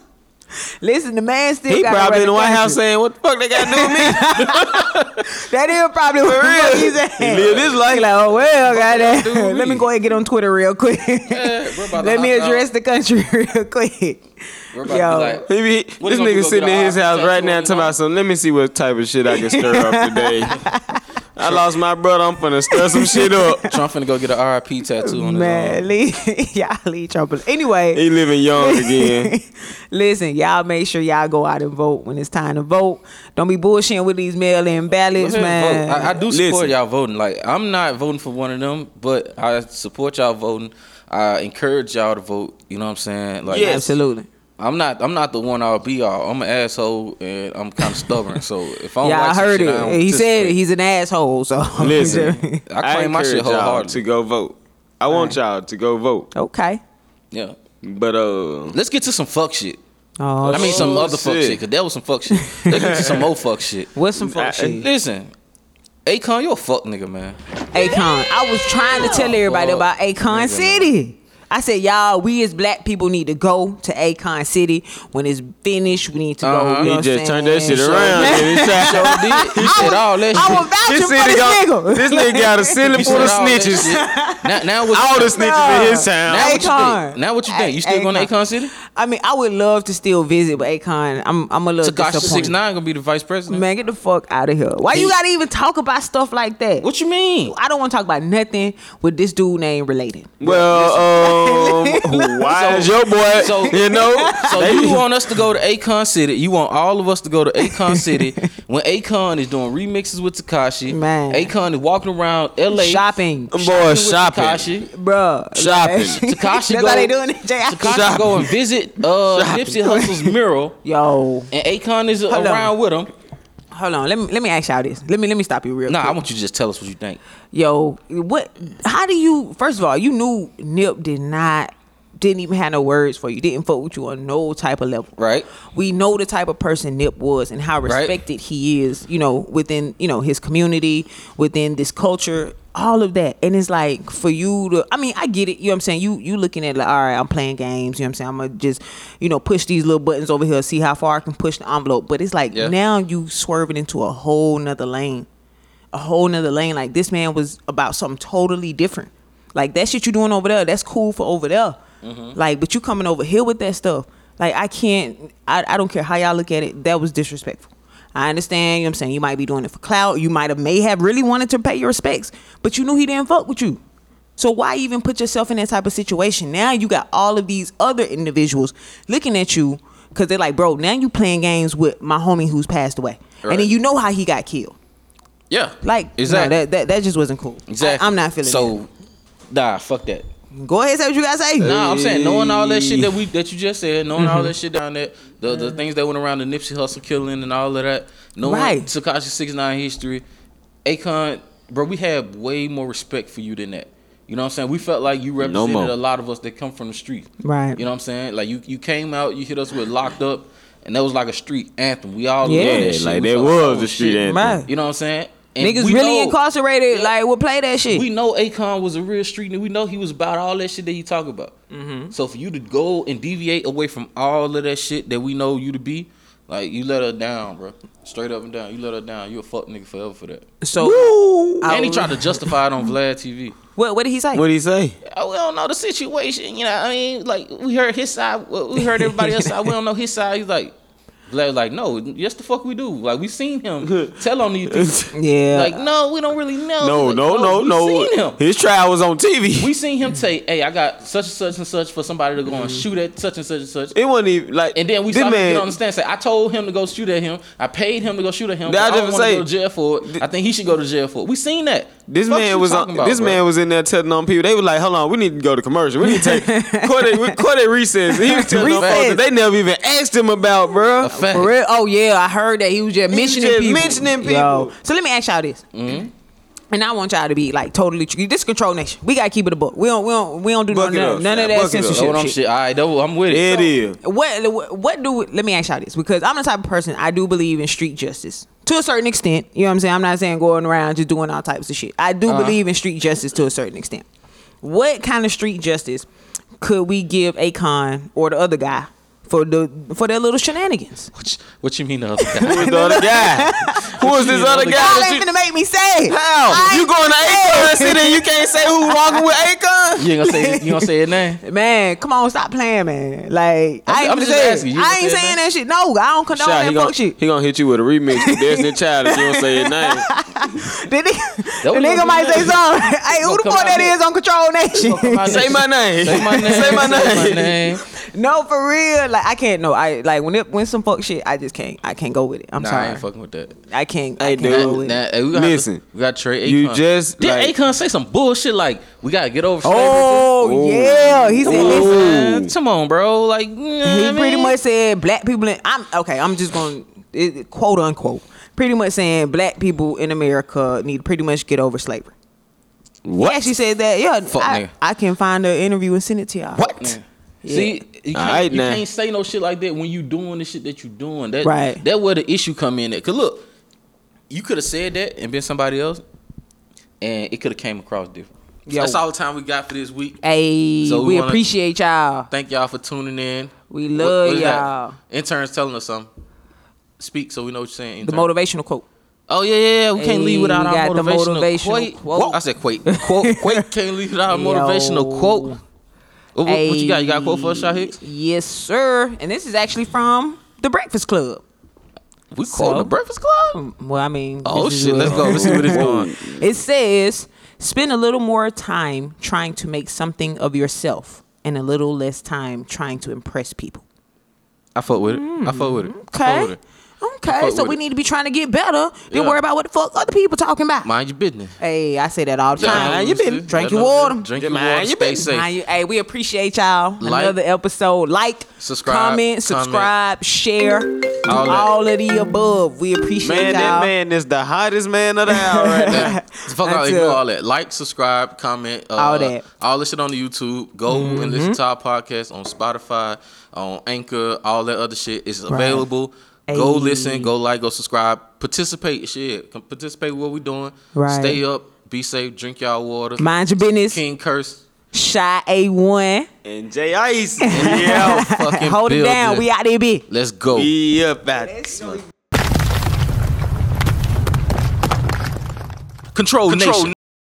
S3: listen, the man still.
S1: He
S3: gotta
S1: probably
S3: run
S1: in the White
S3: country.
S1: House saying, "What the fuck they got to do with me?"
S3: That is probably what
S6: (laughs)
S1: real.
S3: he's saying.
S1: He live his life.
S3: He like, oh well, goddamn.
S6: do
S3: Let me
S6: me?
S3: go ahead and get on Twitter real quick.
S6: we're about to
S3: (laughs) Let me
S6: hop out.
S3: address the country (laughs) real quick.
S6: We're about
S3: Yo.
S6: to be like,
S1: Maybe
S6: What
S1: this
S6: you gonna
S1: nigga
S6: go
S1: sitting
S6: get
S1: in
S6: a
S1: his
S6: eye
S1: house right
S6: tattoo
S1: now
S6: on
S1: talking
S6: your
S1: about some. Let me see what type of shit I can stir
S6: (laughs)
S1: up today. I lost my brother. I'm finna stir some
S6: (laughs)
S1: shit up.
S6: Trump finna go get a RIP tattoo on his
S3: (laughs) Man,
S6: arm.
S3: leave, (laughs) y'all leave trouble. Anyway,
S1: He living young
S6: (laughs)
S1: again.
S3: (laughs) Listen, y'all make sure y'all go out and vote when it's time to vote. Don't be bullshitting with these mail in ballots,
S6: Go ahead and
S3: man.
S6: vote. I, I do support
S1: Listen.
S6: y'all voting. Like I'm not voting for one of them, but I support y'all voting. I encourage y'all to vote. You know what I'm saying? Like
S3: Absolutely.
S6: I'm not. I'm not the one all be all. I'm an asshole and I'm kind of stubborn. So if I don't
S3: Y'all
S6: like some
S3: heard
S6: shit, I
S3: it.
S6: don't
S3: He said
S6: participate.
S3: he's an asshole. So
S1: Listen,
S6: (laughs) I claim my shit
S1: encourage y'all
S6: wholeheartedly.
S1: to go vote. I want y'all to go
S3: (laughs)
S1: vote,
S3: okay.
S6: Yeah.
S1: but uh,
S6: Let's get to some fuck shit.
S3: Oh,
S6: I mean some
S1: Oh,
S6: other fuck
S1: shit.
S6: shit. Cause that was some fuck shit. Let's get to some more fuck shit.
S3: what's some fuck
S1: I-
S3: shit?
S6: Listen, Akon, you a fuck nigga, man.
S3: Akon. I was trying to tell everybody
S6: Fuck.
S3: about Akon
S6: Nigga,
S3: City. I said, y'all, we as black people need to go to Akon City when it's finished. We need to go.
S6: Uh-huh.
S3: You know
S1: he
S3: what
S1: just
S3: I'm
S1: turned
S3: saying?
S1: that shit
S3: So-
S1: around. nigga. He tried-
S6: Yo, did. He said all that
S3: I
S6: shit.
S3: was vouching
S1: This
S3: for this
S1: nigga, got,
S3: nigga.
S1: this nigga got a
S6: (laughs)
S1: ceiling
S6: You
S1: full of
S6: said all that
S1: snitches.
S6: shit. Now,
S3: (laughs)
S6: now what
S1: All
S6: you
S1: the
S6: think?
S1: snitches in his
S6: Now
S1: town.
S6: what you
S3: Akon.
S6: think? Now what you think? You still going to
S3: Akon.
S6: Akon City?
S3: I mean, I would love to still visit, but Akon, I'm I'm a little
S6: Takashi
S3: disappointed.
S6: six nine gonna be the vice president.
S3: Man, get the fuck out of here. Why you
S6: He-
S3: gotta even talk about stuff like that?
S6: What you mean?
S3: I don't want to talk about nothing with this dude name related.
S6: (laughs)
S1: Well, (laughs) um, why is your boy?
S6: so-
S1: (laughs) you know,
S6: So
S1: they-
S6: you want us to go to Akon City? You want all of us to go to
S3: (laughs)
S6: Akon City when Akon is doing remixes with Takashi?
S3: Man.
S6: Akon is walking around L.A.
S3: Shopping,
S1: Them boys shopping,
S6: Takashi.
S3: bruh. (laughs)
S1: shopping.
S6: Um, Takashi
S3: That's
S6: go.
S3: how they doing it, J.I.
S6: Takashi go and visit uh, Nipsey Hussle's mural,
S3: Yo,
S6: and Akon is
S3: Hold on.
S6: around with him.
S3: hold on. Let me let me ask y'all this. Let me let me stop you real
S6: Nah, I
S3: quick.
S6: want you to just tell us what you think.
S3: Yo, what? How do you? First of all, you knew Nip did not didn't even have no words for you. Didn't fuck with you on no type of level.
S6: Right.
S3: We know the type of person Nip was and how
S6: Right.
S3: respected he is. You know, within you know his community, within this culture, all of that. And it's like for you to. I mean, I get it. You know what I'm saying? You you looking at like, all right, I'm playing games. You know what I'm saying? I'm gonna just you know push these little buttons over here, see how far I can push the envelope. But it's like
S6: Yeah.
S3: now you swerving into a whole nother lane a whole nother lane. Like this man was about something totally different. Like that shit you doing over there, that's cool for over there. Like, but you coming over here with that stuff. Like I can't I, I don't care how y'all look at it, that was disrespectful. I understand, you know what I'm saying? You might be doing it for clout. You might have may have really wanted to pay your respects, but you knew he didn't fuck with you. So why even put yourself in that type of situation? Now you got all of these other individuals looking at you because they're like, bro, now you playing games with my homie who's passed away. And then
S6: Right.
S3: you know how he got killed.
S6: Yeah.
S3: Like exactly.
S6: exactly.
S3: that, that that just wasn't cool.
S6: exactly.
S3: I, am not feeling
S6: so. Nah, fuck that.
S3: it. Go ahead, say what you guys say.
S6: Nah, I'm saying knowing all that shit that we that you just said, knowing all
S1: Mm-hmm.
S6: that shit down there, the the things that went around the Nipsey Hustle killing and all of that, knowing
S3: Right.
S6: Takashi Six Nine history, Akon, bro, we have way more respect for you than that. You know what I'm saying? We felt like you represented
S1: more.
S6: a lot of us that come from the street.
S3: Right.
S6: You know what I'm saying? Like you you came out, you hit us with locked up, and that was like a street anthem. We all
S3: Yeah.
S6: yeah,
S1: Yeah,
S6: that shit.
S1: like
S6: We
S1: that
S6: like,
S1: was
S6: oh,
S1: the street
S6: shit.
S1: anthem.
S3: Right.
S6: You know what I'm saying? And
S3: Niggas
S6: we
S3: really
S6: know-
S3: incarcerated.
S6: Yeah.
S3: Like, we'll play that shit.
S6: we know Akon was a real street nigga. We know he was about all that shit that he talk about. So for you to go and deviate away from all of that shit that we know you to be, Like you let her down, bro. Straight up and down. You let her down. You a fuck nigga forever for that.
S3: So I-
S6: And he tried to justify it on
S1: Oh.
S6: Vlad TV.
S3: What, what did he say?
S1: What do you
S6: (laughs)
S1: say?
S6: Oh, we don't know the situation. You know, I mean, like we heard his side, we heard everybody else's side. We don't know his side. He's like, Vlad was like, no, yes, the fuck we do. Like we seen
S1: (laughs)
S6: him tell on these people.
S3: yeah.
S6: Like no, we don't really know.
S1: No,
S6: Like,
S1: no, no,
S6: we
S1: no.
S6: Oh, Seen him.
S1: His trial was on TV.
S6: We seen him say, hey, I got such and such and such for somebody to go
S1: Mm-hmm.
S6: and shoot at such and such and such.
S1: it wasn't even like.
S6: And then we
S1: this
S6: saw him
S1: man,
S6: get on the stand and say, I told him to go shoot at him. I paid him to go shoot at him. but
S1: That I
S6: I don't
S1: just
S6: want to
S1: say-
S6: go to jail for it. I think he should go to jail for it. We seen that.
S1: This
S6: Fuck
S1: man
S6: you
S1: was on,
S6: talking about,
S1: this
S6: bro.
S1: man was in there telling on people. They were like, "Hold on, we need to go to commercial. We need to take quarter, we- quarter recess." He was telling them folks
S3: Recess.
S1: that they never even asked him about, bruh.
S6: Fact.
S3: For real? Oh yeah, I heard that he was just
S1: He was
S3: mentioning
S1: just
S3: people.
S1: mentioning people.
S3: So let me ask y'all this. And I want y'all to be like totally true. This control nation. We gotta keep it a book. We don't we don't we don't do
S1: Book
S3: none,
S1: it
S3: of-
S1: up,
S3: none of
S1: fam.
S3: that
S1: Book it up.
S6: Know
S3: censorship
S6: what I'm
S3: shit.
S6: shit. All right, though, I'm with it.
S1: It is.
S3: What what do let me ask y'all this because I'm the type of person I do believe in street justice to a certain extent. You know what I'm saying? I'm not saying going around just doing all types of shit. I
S6: Uh-huh.
S3: do believe in street justice to a certain extent. What kind of street justice could we give Akon or the other guy for the for their little shenanigans?
S6: What, you- what you mean the other guy?
S1: Who's the
S6: (laughs)
S1: other guy? Who is this other guy?
S3: Y'all
S1: that
S3: ain't
S1: you-
S3: finna make me say it.
S1: How?
S3: I
S1: You
S3: ain't
S1: going to
S3: finna
S1: Akon
S3: say
S1: City and you can't say who walking with
S3: (laughs)
S1: Akon?
S6: you ain't gonna say you gonna say his name?
S3: it. Man, come on, stop playing, man. Like I ain't
S6: I'm
S3: finna
S6: just
S3: say
S6: asking,
S3: it.
S6: you
S3: I
S6: gonna
S3: ain't
S6: say it, man?
S3: saying that shit. No, I don't condone
S1: Shot,
S3: that
S1: he,
S3: fuck
S1: gonna,
S3: shit.
S1: he gonna hit you with a remix with Destiny Child if you don't say his name.
S3: (laughs) The nigga, the
S6: was
S3: nigga
S6: gonna
S3: might
S6: be
S3: say
S6: nice.
S3: something. hey, who
S6: gonna
S3: the
S6: come
S3: fuck
S6: out
S3: that
S6: there.
S3: is on
S6: (laughs)
S3: Control Nation?
S1: (laughs) (laughs) Say my name.
S6: Say my name.
S1: Say my name.
S3: no, for real. Like I can't. No, I like when it when some fuck shit. I just can't. I can't go with it. I'm
S6: Nah, I
S3: sorry.
S6: ain't fucking with that.
S3: I can't.
S1: Hey,
S3: I can't
S1: dude.
S3: go with it.
S6: Nah, hey, we gotta,
S1: Listen,
S6: we got Trey Akon.
S1: you just,
S6: did
S1: like-
S6: Akon say some bullshit like we gotta get over. slavery,
S3: Oh,
S1: Ooh.
S3: yeah, he said.
S1: Ooh.
S3: Listen,
S6: Man, Come on, bro. Like you know what
S3: He
S6: I mean?
S3: pretty much said black people in I'm okay, I'm just going to quote unquote. Pretty much saying black people in America need to pretty much get over slavery.
S1: What?
S3: He actually said that. Yeah,
S6: Fuck
S3: I,
S6: nigga.
S3: I can find the interview and send it to y'all.
S1: what?
S6: See, you, can't,
S1: Alright,
S6: you
S1: now.
S6: can't say no shit like that when you doing the shit that you doing. That
S3: Right.
S6: That where the issue come in. At. Cause look, you could have said that and been somebody else, and it could have came across different. So
S3: Yo.
S6: That's all the time we got for this week.
S3: Hey,
S6: So we
S3: we
S6: wanna-
S3: appreciate y'all.
S6: Thank y'all for tuning in.
S3: We
S6: What-
S3: love
S6: what is that?
S3: y'all.
S6: Interns telling us something. Speak so we know what you're saying.
S3: The
S6: intern.
S3: motivational quote.
S6: Oh yeah, yeah, yeah. We can't
S3: Hey,
S6: leave without
S3: we
S6: our
S3: got the
S6: motivational,
S3: motivational
S6: quote.
S3: quote.
S6: I said quote. Quote. Quote. Can't leave
S3: (laughs)
S6: without our
S3: Yo.
S6: motivational quote. What, what- what you got? You got a quote for us, Shaw Hicks?
S3: Yes, sir. And this is actually from The Breakfast Club.
S6: We quoting the Breakfast Club?
S3: um, Well, I mean,
S6: Oh
S3: this is
S6: shit,
S3: what-
S6: let's go. Let's see where this going.
S3: It says, spend a little more time trying to make something of yourself and a little less time trying to impress people.
S6: I fuck with it. I fuck with it. I fuck with
S3: Okay.
S6: it.
S3: Okay. So
S6: with
S3: we
S6: it.
S3: need to be trying to get better. Then
S6: Yeah.
S3: worry about what the fuck other people talking about.
S6: Mind your business.
S3: hey, I say that all the time.
S1: mind you your business.
S3: Drink
S6: Yeah,
S3: your
S6: no,
S3: water.
S6: Drink your
S1: Mind
S6: water.
S1: your
S6: Stay
S1: business.
S6: safe.
S3: Mind you- hey, we appreciate y'all.
S6: Like,
S3: Another episode. Like,
S6: subscribe,
S3: comment,
S6: comment.
S3: subscribe, share. do
S6: All
S3: All,
S6: that.
S3: of the above. We appreciate
S1: Man,
S3: y'all.
S1: that man is the hottest man of the hour right now.
S3: (laughs)
S6: Fuck out,
S3: Until-
S6: ignore all that. Like, subscribe, comment, uh,
S3: All that. Mm-hmm.
S6: all this shit on the YouTube. Go and listen to our podcast on Spotify, on Anchor, all that other shit is available. Go
S3: Ayy.
S6: listen, go like, go subscribe, participate. Shit, come participate with what we doing.
S3: Right.
S6: Stay up, be safe, drink y'all water.
S3: Mind your business.
S6: King curse,
S3: Shy A1.
S1: And Jay Ice, we
S3: (laughs)
S1: out.
S6: fucking
S3: Hold it down.
S6: building.
S3: We out there, bitch.
S6: Let's go.
S1: We up out this
S6: Control, Control
S2: Control
S6: nation.